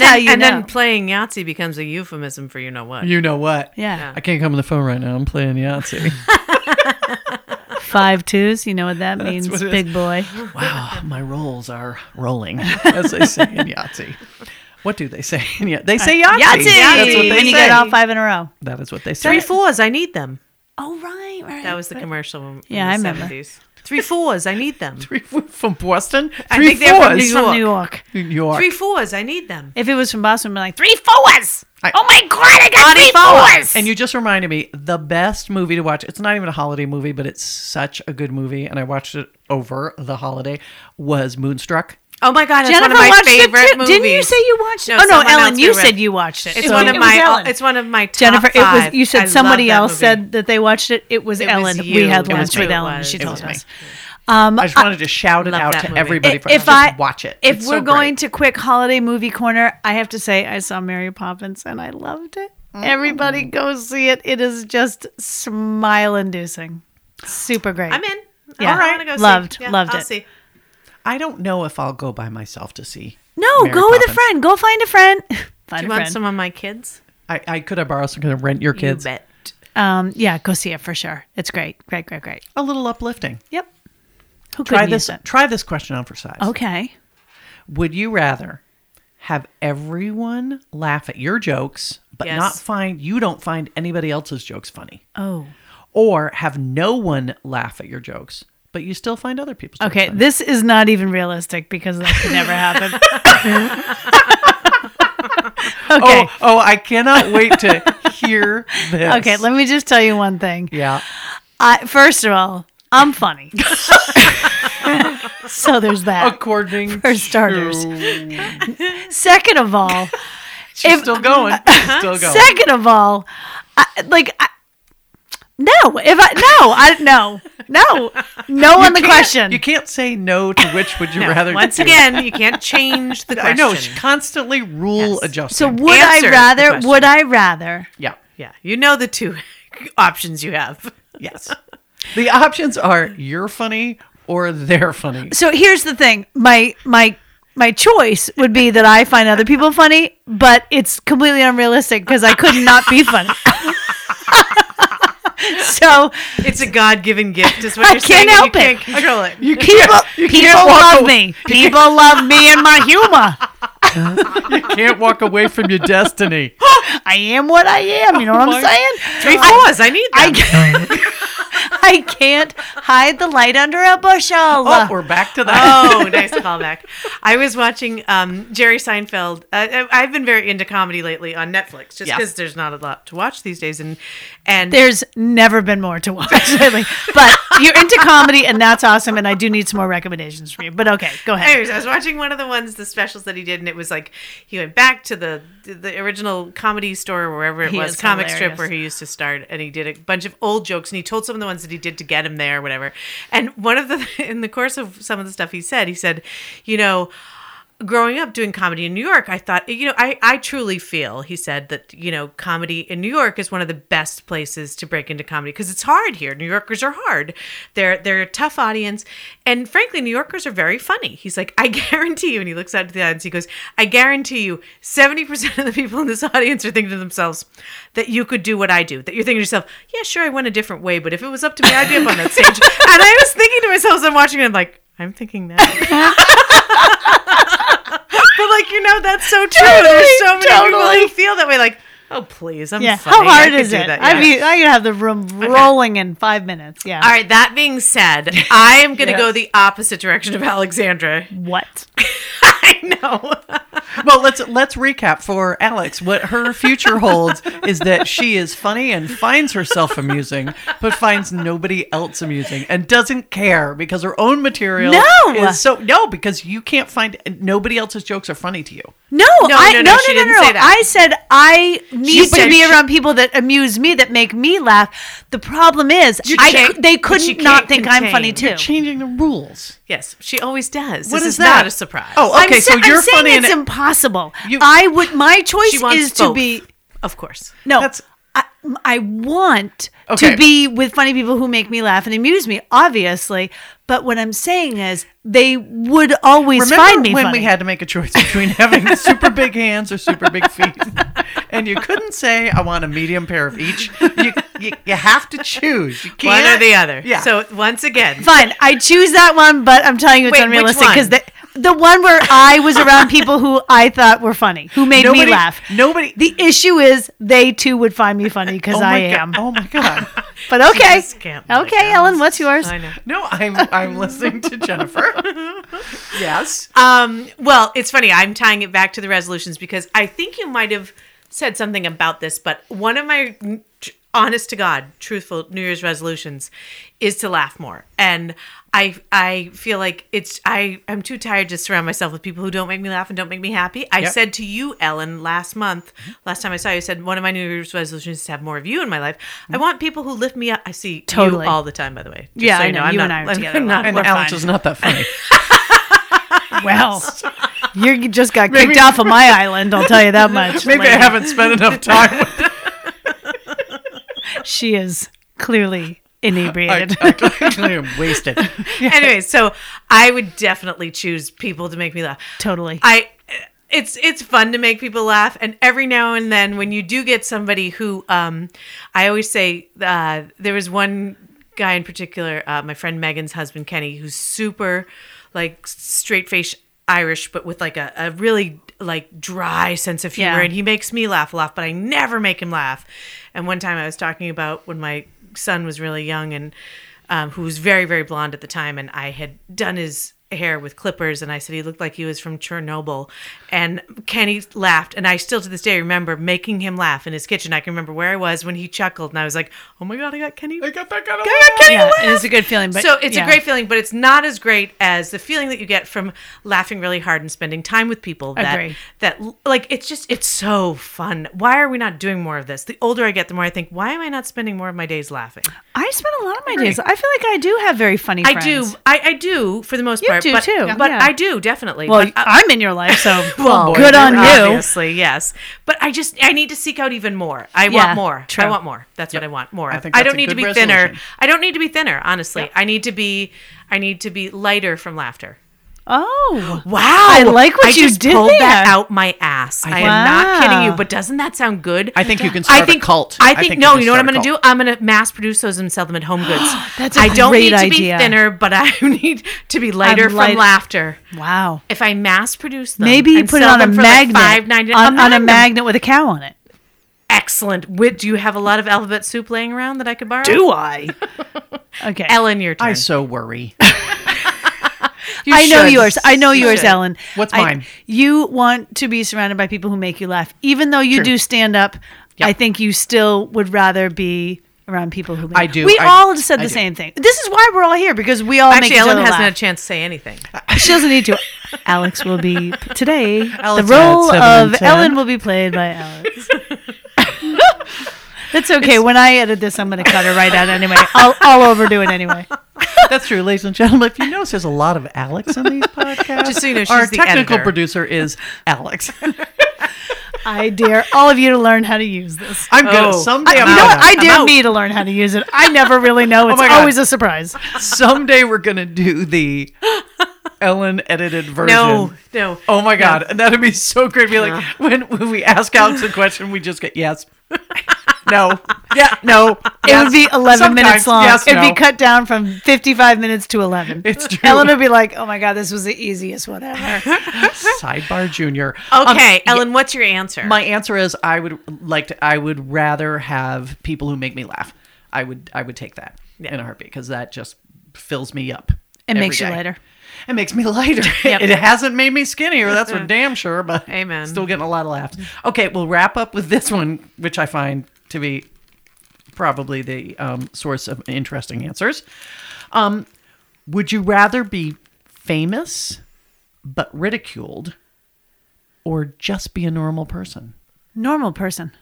and then, how you and know. then playing Yahtzee becomes a euphemism for you know what. you know what? yeah. I can't come on the phone right now. I'm (laughs) playing Yahtzee. five twos. You know what that means, what it big boy. wow, my rolls are (laughs) rolling, as they say in Yahtzee. What do they say? in Yah- They say Yahtzee. Uh, Yahtzee. That's what they when you say. get all five in a row. that is what they say. Three fours, I need them. Oh right, right. That was the commercial. Yeah, in the I remember. 70s. Three fours, I need them. Three from Boston. I Three think they're from fours. New York. from New York. New York. Three fours, I need them. If it was from Boston, I'd be like three fours. I- oh my god, I got three fours. fours. And you just reminded me the best movie to watch. It's not even a holiday movie, but it's such a good movie, and I watched it over the holiday. Was Moonstruck? Oh my god, it's Jennifer one of my watched it favorite too. movies. Didn't you say you watched it? No, oh no, someone Ellen, else you we said read. you watched it. It's It one was- of it was my. Ellen. It's one of my top Jennifer, it was five. you said I somebody love that else movie. said that they watched it. It was It was Ellen. you. we had It was lunch me. with It Ellen. was- She it told was me. us. Um, I just wanted to shout it love out that to movie. everybody. For if just I watch it, if It's we're so going great. to quick holiday movie corner, I have to say I saw Mary Poppins and I loved it. Mm. Everybody go see it. It is just smile inducing. Super great. I'm in. Yeah. All right, go see. Loved, Yeah, loved I'll it. See. I don't know if I'll go by myself to see. no, Mary go with a Poppins. friend. Go find a friend. (laughs) Do find you a friend. want some of my kids? I, I could I borrow some? Could I rent your kids? You bet. um, yeah, go see it for sure. It's great. Great, great, great. A little uplifting. Yep. Who Try couldn't use this. it? Oh. Try this question on for size. Okay. Would you rather have everyone laugh at your jokes, but Yes. not find you don't find anybody else's jokes funny, Oh. or have no one laugh at your jokes, but you still find other people's. jokes Okay, funny. this is not even realistic because that could never (laughs) happen. (laughs) okay. Oh, oh, I cannot (laughs) wait to hear this. Okay, let me just tell you one thing. (laughs) yeah. I, first of all, I'm funny. (laughs) so there's that. According For starters. to- Second of all, she's If- (laughs) still going. She's still going. second of all, I, like I, no, if I no, I no. No. No on the Can't- question. You can't say no to which would you rather Once do. again, you can't change (laughs) the I question. know she constantly rule adjusting. so would Answer the I rather question. would I rather yeah. Yeah, you know the two (laughs) options you have. (laughs) Yes. the options are you're funny or they're funny. So here's the thing. My my my choice would be that I find other people funny, but it's completely unrealistic because I could not be funny. (laughs) so It's a God given gift, is what I you're saying. can't and help you it. can't control it. (laughs) You people can't, you people can't walk love aw- me. People love me and my humor. can't walk away (laughs) from your destiny. I am what I am. You know what I'm my- saying? Three I, fours, I need I that. can't, I can't hide the light under a bushel. Oh, we're back to uh, that. (laughs) Oh, nice callback. I was watching um, Jerry Seinfeld. Uh, I- I've been very into comedy lately on Netflix, just Yeah. because there's not a lot to watch these days. And and There's never been more to watch lately. But you're into comedy, and that's awesome. And I do need some more recommendations from you. But okay, go ahead. Anyways, I was watching one of the ones, the specials that he did, and it was like he went back to the the original comedy store or wherever it He was, is comic strip hilarious. where he used to start, and he did a bunch of old jokes, and he told some of the ones that he did to get him there, or whatever. And one of the (laughs) in the course of some of the stuff he said, he said, you know. Growing up doing comedy in New York, I thought, you know, I, I truly feel, he said, that, you know, comedy in New York is one of the best places to break into comedy because it's hard here. New Yorkers are hard. They're they're a tough audience. And frankly, New Yorkers are very funny. He's like, I (laughs) guarantee you, and he looks out to the audience, he goes, I guarantee you, 70% of the people in this (laughs) audience are thinking to themselves that you could do what I do. That you're thinking to yourself, yeah, sure, I went a different way, but if it was up to me, I'd be up on that stage. and I was thinking to myself as I'm watching it, I'm like, I'm thinking that. but like, you know, that's so true. There's so many people totally. who feel that way, like, oh please, I'm Yeah, funny. how hard I could is do it? that." I Yeah. mean, I could have the room rolling in five minutes. Yeah. all right, that being (laughs) said, I am going to go Yes. the opposite direction of Alexandra. (laughs) What? I know. Well, let's let's recap for Alex. What her future holds is that she is funny and finds herself amusing, but finds nobody else amusing and doesn't care because her own material No! is so no because you can't find nobody else's jokes are funny to you. No, no, I, no, no, no, no, she no, no, didn't say that. I said I need said to be she- around people that amuse me, that make me laugh. The problem is, I, can't- but you they couldn't can't not think I'm contain. funny You're too. Changing the rules. yes, she always does. What this is is, that? not a surprise. Oh, okay, I'm so sa- I'm you're saying funny and It's it- impossible. You- I would. My choice she wants is to both, be of course. no. That's- I, I want Okay. to be with funny people who make me laugh and amuse me, obviously. But what I'm saying is, they would always Remember find me when funny. we had to make a choice between having super big hands or super big feet, and you couldn't say I want a medium pair of each. You you, you have to choose. You One can't, or the other. Yeah. So once again, Fine, I choose that one, but I'm telling you, it's Wait, which unrealistic one? because the the one where I was around people who I thought were funny, who made nobody me laugh. Nobody. The issue is they too would find me funny because oh I my (laughs) am. God. Oh my god. But okay, just can't let it go. okay, Ellen, what's yours? I know. (laughs) No, I'm I'm listening (laughs) to Jennifer. yes. Um, well, it's funny. I'm tying it back to the resolutions because I think you might have said something about this, but one of my mm, tr- honest to God, truthful New Year's resolutions is to laugh more. And I I feel like it's I I'm too tired to surround myself with people who don't make me laugh and don't make me happy. I Yep. said to you, Ellen, last month, last time I saw you, I said one of my New Year's resolutions is to have more of you in my life. I want people who lift me up. I see Totally. you all the time, by the way. Just Yeah, so I you know. I'm You not, and I (laughs) are I'm together a not- lot. And we're Alex fine. is not that (laughs) funny. (laughs) Well, you just got kicked off of my island. I'll tell (laughs) you that much. Maybe I Like, haven't spent enough time with she is clearly I, (laughs) inebriated. I (laughs) totally am wasted. anyway, so I would definitely choose people to make me laugh. (laughs) totally. I it's it's fun to make people laugh and every now and then when you do get somebody who um I always say uh there was one guy in particular uh my friend Megan's husband Kenny who's super like straight face Irish but with like a, a really like dry sense of humor Yeah. and he makes me laugh a lot but i never make him laugh and one time i was talking about when my son was really young and um, who was very very blonde at the time and i had done his hair with clippers and i said he looked like he was from chernobyl and kenny laughed and i still to this day remember making him laugh in his kitchen i can remember where i was when he chuckled and i was like oh my god i got kenny i got that kind of kenny Yeah, laugh. it is a good feeling. But So it's yeah. a great feeling, but it's not as great as the feeling that you get from laughing really hard and spending time with people. That Agree. that like it's just it's so fun. Why are we not doing more of this? The older I get, the more I think, why am I not spending more of my days laughing? I spend a lot of my days. I feel like I do have very funny. I friends. do, I, I do for the most part. do but, too, but yeah. I do definitely. Well, But I- I'm in your life, so (laughs) well, good boy, on you. Obviously, yes. But I just I need to seek out even more. I Yeah, want more. true. I want more. That's what I want. More. I of. think I that's don't a need to good be thinner. resolution. I don't need to be thinner, honestly. I need to be I need to be lighter from laughter. Oh, Wow. I like what I you just did pulled that there. out my ass. I, am Wow. not kidding you, but doesn't that sound good? I think you can start I think a cult. I think, can no, just you know what I'm start a going to do? cult. I'm going to mass produce those and sell them at Home (gasps) Goods. That's a I don't great need to idea. be thinner, but I (laughs) need to be lighter light- from laughter. wow. If I mass produce them, Maybe you and put it sell on a them for like magnet, $5.99 on, on a magnet. magnet with a cow on it. Excellent. Wit, do you have a lot of alphabet soup laying around that I could borrow? I? (laughs) okay, Ellen, your turn. I (laughs) so (laughs) worry. I know should. yours. I know You yours, should. Ellen. What's I- mine? you want to be surrounded by people who make you laugh, even though you True. do stand up. Yep. I think you still would rather be around people who. Make I do. We I- all said I the do. same thing. This is why we're all here because we all make Actually, each Ellen other hasn't laugh. had a chance to say anything. She doesn't need to. Alex will be today. Alex the role had seven and of ten. Ellen will be played by (laughs) Alex. That's okay. when I edit this, I'm going to cut her right out anyway. I'll, I'll overdo it anyway. (laughs) That's true, ladies and gentlemen. If you notice, there's a lot of Alex in these podcasts. (laughs) Just so you know, she's our the technical editor. producer is (laughs) Alex. I dare all of you to learn how to use this. I'm gonna Oh. someday. You I'm know gonna- what? I dare out. me to learn how to use it. I never really (laughs) know. It's my God. always a surprise. someday we're gonna do the Ellen edited version. No, no. Oh my god, that'd be so great. Be like when when we ask Alex a question, we just (laughs) get yes, no, yeah, no. It would be 11 minutes Sometimes, long. yes, It'd no. be cut down from 55 minutes to 11. It's true. Ellen would be like, oh my God, this was the easiest one ever. Sidebar Junior. Um, Okay, Ellen, what's your answer? my answer is I would like to. I would rather have people who make me laugh. I would I would take that in a heartbeat because that just fills me up. It every makes you day. lighter. It makes (laughs) me lighter. It hasn't made me skinnier, that's for damn sure, but Amen. still getting a lot of laughs. Okay, we'll wrap up with this one, which I find to be probably the um, source of interesting answers. Um, would you rather be famous but ridiculed or just be a normal person? normal person.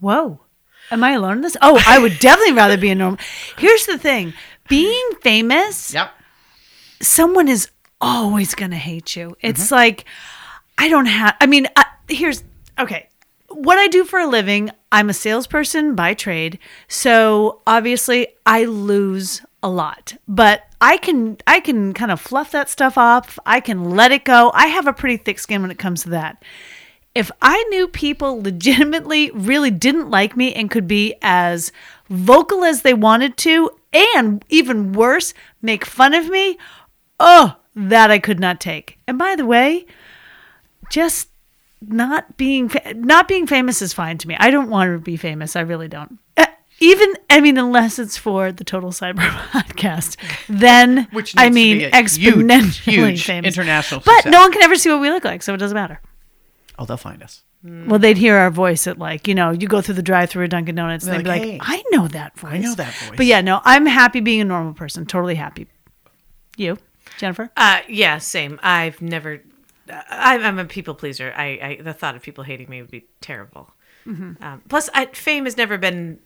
Whoa. Am I alone in this? Oh, I would definitely rather be a normal. Here's the thing being famous, Yep. someone is always going to hate you. It's like, I don't have, I mean, I, here's, okay. What I do for a living, I'm a salesperson by trade. So obviously I lose a lot, but I can, I can kind of fluff that stuff off. I can let it go. I have a pretty thick skin when it comes to that if I knew people legitimately really didn't like me and could be as vocal as they wanted to, and even worse, make fun of me, oh, that I could not take. And by the way, just not being fa- not being famous is fine to me. I don't want to be famous. I really don't. Uh, Even I mean, unless it's for the Total Cyber (laughs) Podcast, then Which I needs to mean be a huge, exponentially huge famous international But success. no one can ever see what we look like, so it doesn't matter. Oh, they'll find us. Well, they'd hear our voice at like, you know, you go through the drive through at Dunkin' Donuts and they'd They're be like, like, I know that voice. I know that voice. But yeah, no, I'm happy being a normal person. Totally happy. You, Jennifer? Uh, yeah, same. I've never. I, I'm a people pleaser. I, I the thought of people hating me would be terrible. Mm-hmm. Um, plus, I, fame has never been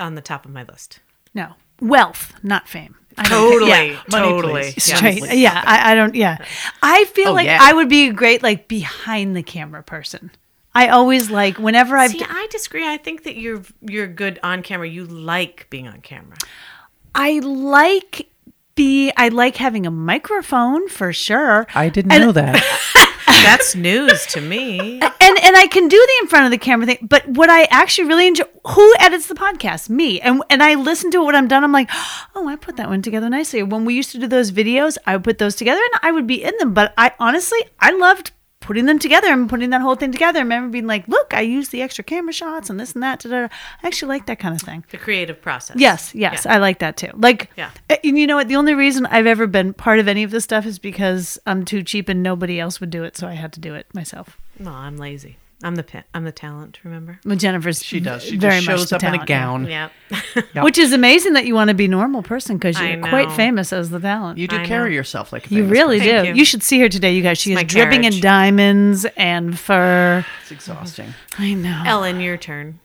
on the top of my list. No. Wealth, not fame. I don't think- Totally, yeah. money, totally. please. Yeah. Straight. Honestly, Yeah, I, I don't. Yeah, I feel Oh, like yeah. I would be a great like behind the camera person. I always like whenever I've See, I disagree. I think that you're you're good on camera. You like being on (laughs) camera. I like be I like having a microphone for sure. I didn't know that. That's news to me. (laughs) and and I can do the in front of the camera thing, but what I actually really enjoy who edits the podcast? Me. And and I listen to it when I'm done. I'm like, oh, I put that one together nicely. When we used to do those videos, I would put those together and I would be in them. But I honestly I loved putting them together and putting that whole thing together. I remember being like, look, I used the extra camera shots and this and that. Da-da-da. I actually like that kind of thing. The creative process. Yes, yes, I like that too. Like, Yeah. uh, and you know what? The only reason I've ever been part of any of this stuff is because I'm too cheap and nobody else would do it, so I had to do it myself. No, I'm lazy. I'm the pa- I'm the talent. Remember? Well, Jennifer's She does. She very just much shows the up in a talent, yeah. gown. Yeah. Yeah. which is amazing that you want to be a normal person because I you're quite know. famous as the talent. You do I carry know. yourself like a You famous really person. Thank do. You. you. should see her today, you guys. She my is dripping in carriage. diamonds and fur. Oh, It's exhausting. I know. (laughs) Ellen, your turn.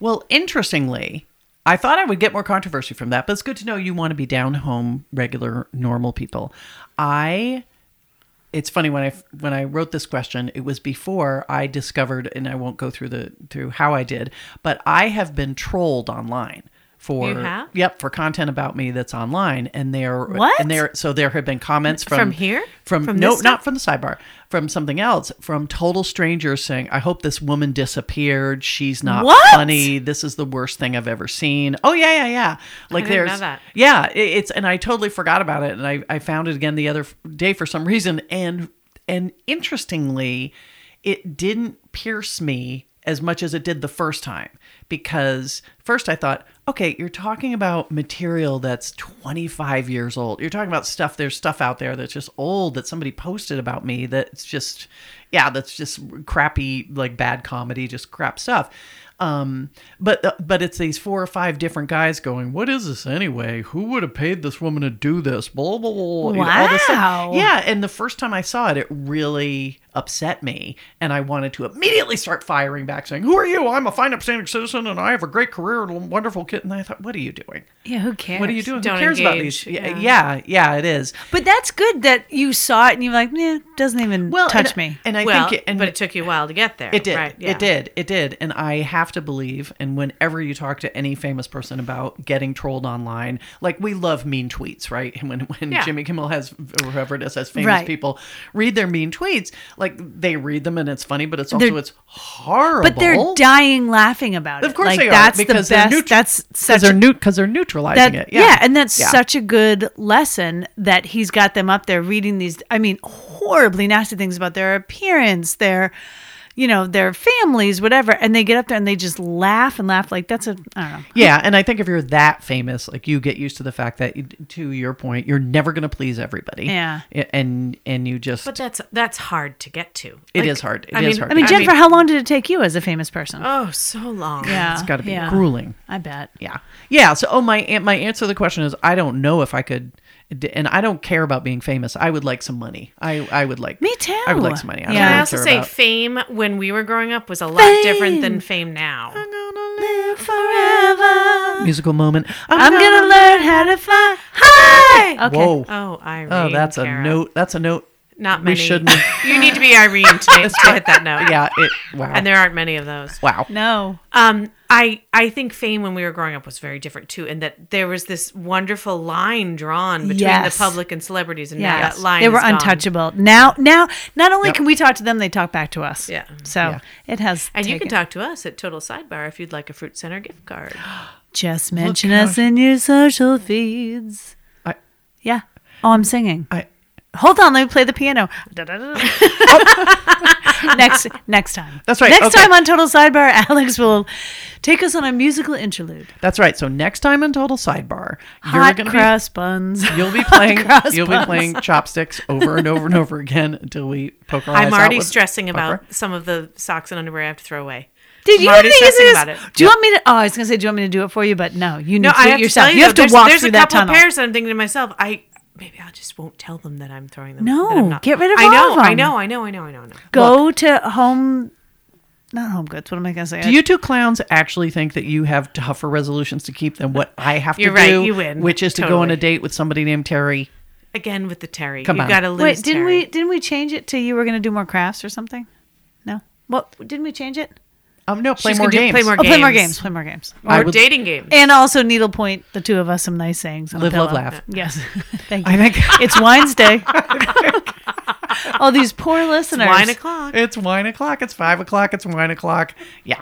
Well, interestingly, I thought I would get more controversy from that, but it's good to know you want to be down home, regular, normal people. I. It's funny when I when I wrote this question, it was before I discovered, and I won't go through the through how I did, but I have been trolled online for You have? yep for content about me that's online, and there What? and there so there have been comments from From here? from, From no this not stuff? from the sidebar from something else from total strangers saying I hope this woman disappeared, she's not What? funny this is the worst thing I've ever seen. Oh yeah, yeah, yeah. Like didn't there's know that. yeah, i- it's and I totally forgot about it, and I I found it again the other f- day for some reason, and and interestingly, it didn't pierce me as much as it did the first time because first I thought, okay, you're talking about material that's 25 years old. You're talking about stuff. There's stuff out there that's just old that somebody posted about me. That's just yeah, that's just crappy like bad comedy, just crap stuff um but but it's these four or five different guys going what is this anyway who would have paid this woman to do this blah blah blah you know, all this stuff. Wow. yeah and the first time i saw it it really upset me and i wanted to immediately start firing back saying who are you i'm a fine upstanding citizen and i have a great career and a wonderful kid and i thought what are you doing Yeah, who cares? what are you doing Don't who cares about engage. these yeah, yeah yeah it is But that's good that you saw it and you were like, nah, doesn't even well touch and, me. and i well, think and but it took you a while to get there. It did. Right? Yeah. It did. It did. And I have to believe, and whenever you talk to any famous person about getting trolled online, like we love mean tweets, right? (laughs) And when, when Yeah. Jimmy Kimmel has, or whoever it is, has famous Right. people read their mean tweets, like they read them and it's funny, but it's also, They're- it's horrible. but they're dying laughing about it. Of course like, they are. That's because the they're best. neut- that's Because such they're, neu- 'cause they're neutralizing that, it. Yeah. and that's Yeah. such a good lesson that he's got them up there reading these. I mean, horribly nasty things about their appearance, their, you know, their families, whatever, and they get up there and they just laugh and laugh like that's a I don't know. Yeah, and I think if you're that famous, like you get used to the fact that, to your point, you're never going to please everybody. Yeah. and and you just But that's that's hard to get to. It It is is hard. It I is mean, hard I to mean, get to. Jennifer, how long did it take you as a famous person? Oh, so long. yeah, it's got to be uh, yeah. grueling. I bet. yeah yeah so oh my an- my answer to the question is i don't know if i could d- and i don't care about being famous i would like some money i i would like Me too. i would like some money i Can Yeah. don't I really also care say about- fame when we were growing up was a lot different than fame now. Forever, musical moment I'm gonna learn how to fly high. Okay. whoa Oh, Irene. oh that's Cara. a note that's a note Not we many. (laughs) shouldn't have- You need to be Irene today to hit that note. (laughs) yeah it wow And there aren't many of those. wow No. Um, I I think fame when we were growing up was very different too, and that there was this wonderful line drawn between Yes. the public and celebrities, and now Yeah, that line they were is gone. untouchable. Now, now, not only Yep. can we talk to them, they talk back to us. Yeah. So Yeah. it has. And you can taken- talk to us at Total Sidebar if you'd like a Fruit Center gift card. Oh, Just mention how- us in your social feeds. I- yeah. Oh, I'm singing. i Hold on, let me play the piano. Da-da-da-da. (laughs) next, next time. That's right, Next okay. time on Total Sidebar, (laughs) Alex will take us on a musical interlude. that's right so next time on total sidebar you're Hot gonna be crust buns. (laughs) You'll be playing. Cross You'll be buns. playing chopsticks over and over and over again until we poke our eyes I'm out already with- stressing poke our- about some of the socks and underwear I have to throw away. Did I'm you already think it's stressing just- about it. Do you want me to? Oh, I was gonna say, do you want me to do it for you? But no, you need No, to I do have it yourself. To tell you, you have though, to there's, walk there's through a that couple tunnel. pairs that I'm thinking to myself, I maybe I just won't tell them that I'm throwing them. No, that I'm not- get rid of I all know, of I 'em. know, I know, I know, I know, I know. Go to home, not home goods. What am I gonna say? Do you two clowns actually think that you have tougher resolutions to keep than what I have to You're right, do? you win. Which is to go on a Totally. date with somebody named Terry. Again with the Terry, Come you on. got to lose. wait? Didn't Terry. we? Didn't we change it to you were gonna do more crafts or something? No. What didn't we change it? Um, no, play She's more gonna do games. play more (laughs) Oh, play more Games. games. Play more games. I Or would- dating games. And also needlepoint the two of us some nice sayings. on a Live, love, pillow. laugh. Yes. (laughs) Thank you. I think it's Wednesday. All these poor listeners. Wine o'clock. (laughs) it's wine o'clock. It's five o'clock. It's wine o'clock. Yeah.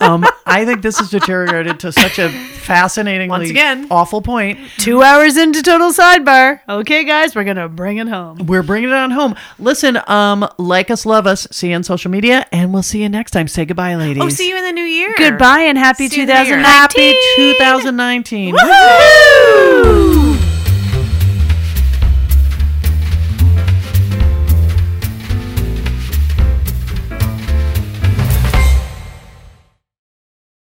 Um, I think this has deteriorated to such a fascinatingly Once again. awful point. Two hours into total sidebar. Okay, guys, we're gonna bring it home. We're bringing it on home. Listen, um, like us, love us. See you on social media, and we'll see you next time. Say goodbye, ladies. Oh, see you in the new year. Goodbye and happy See you later. 2019. Happy 2019. Woo!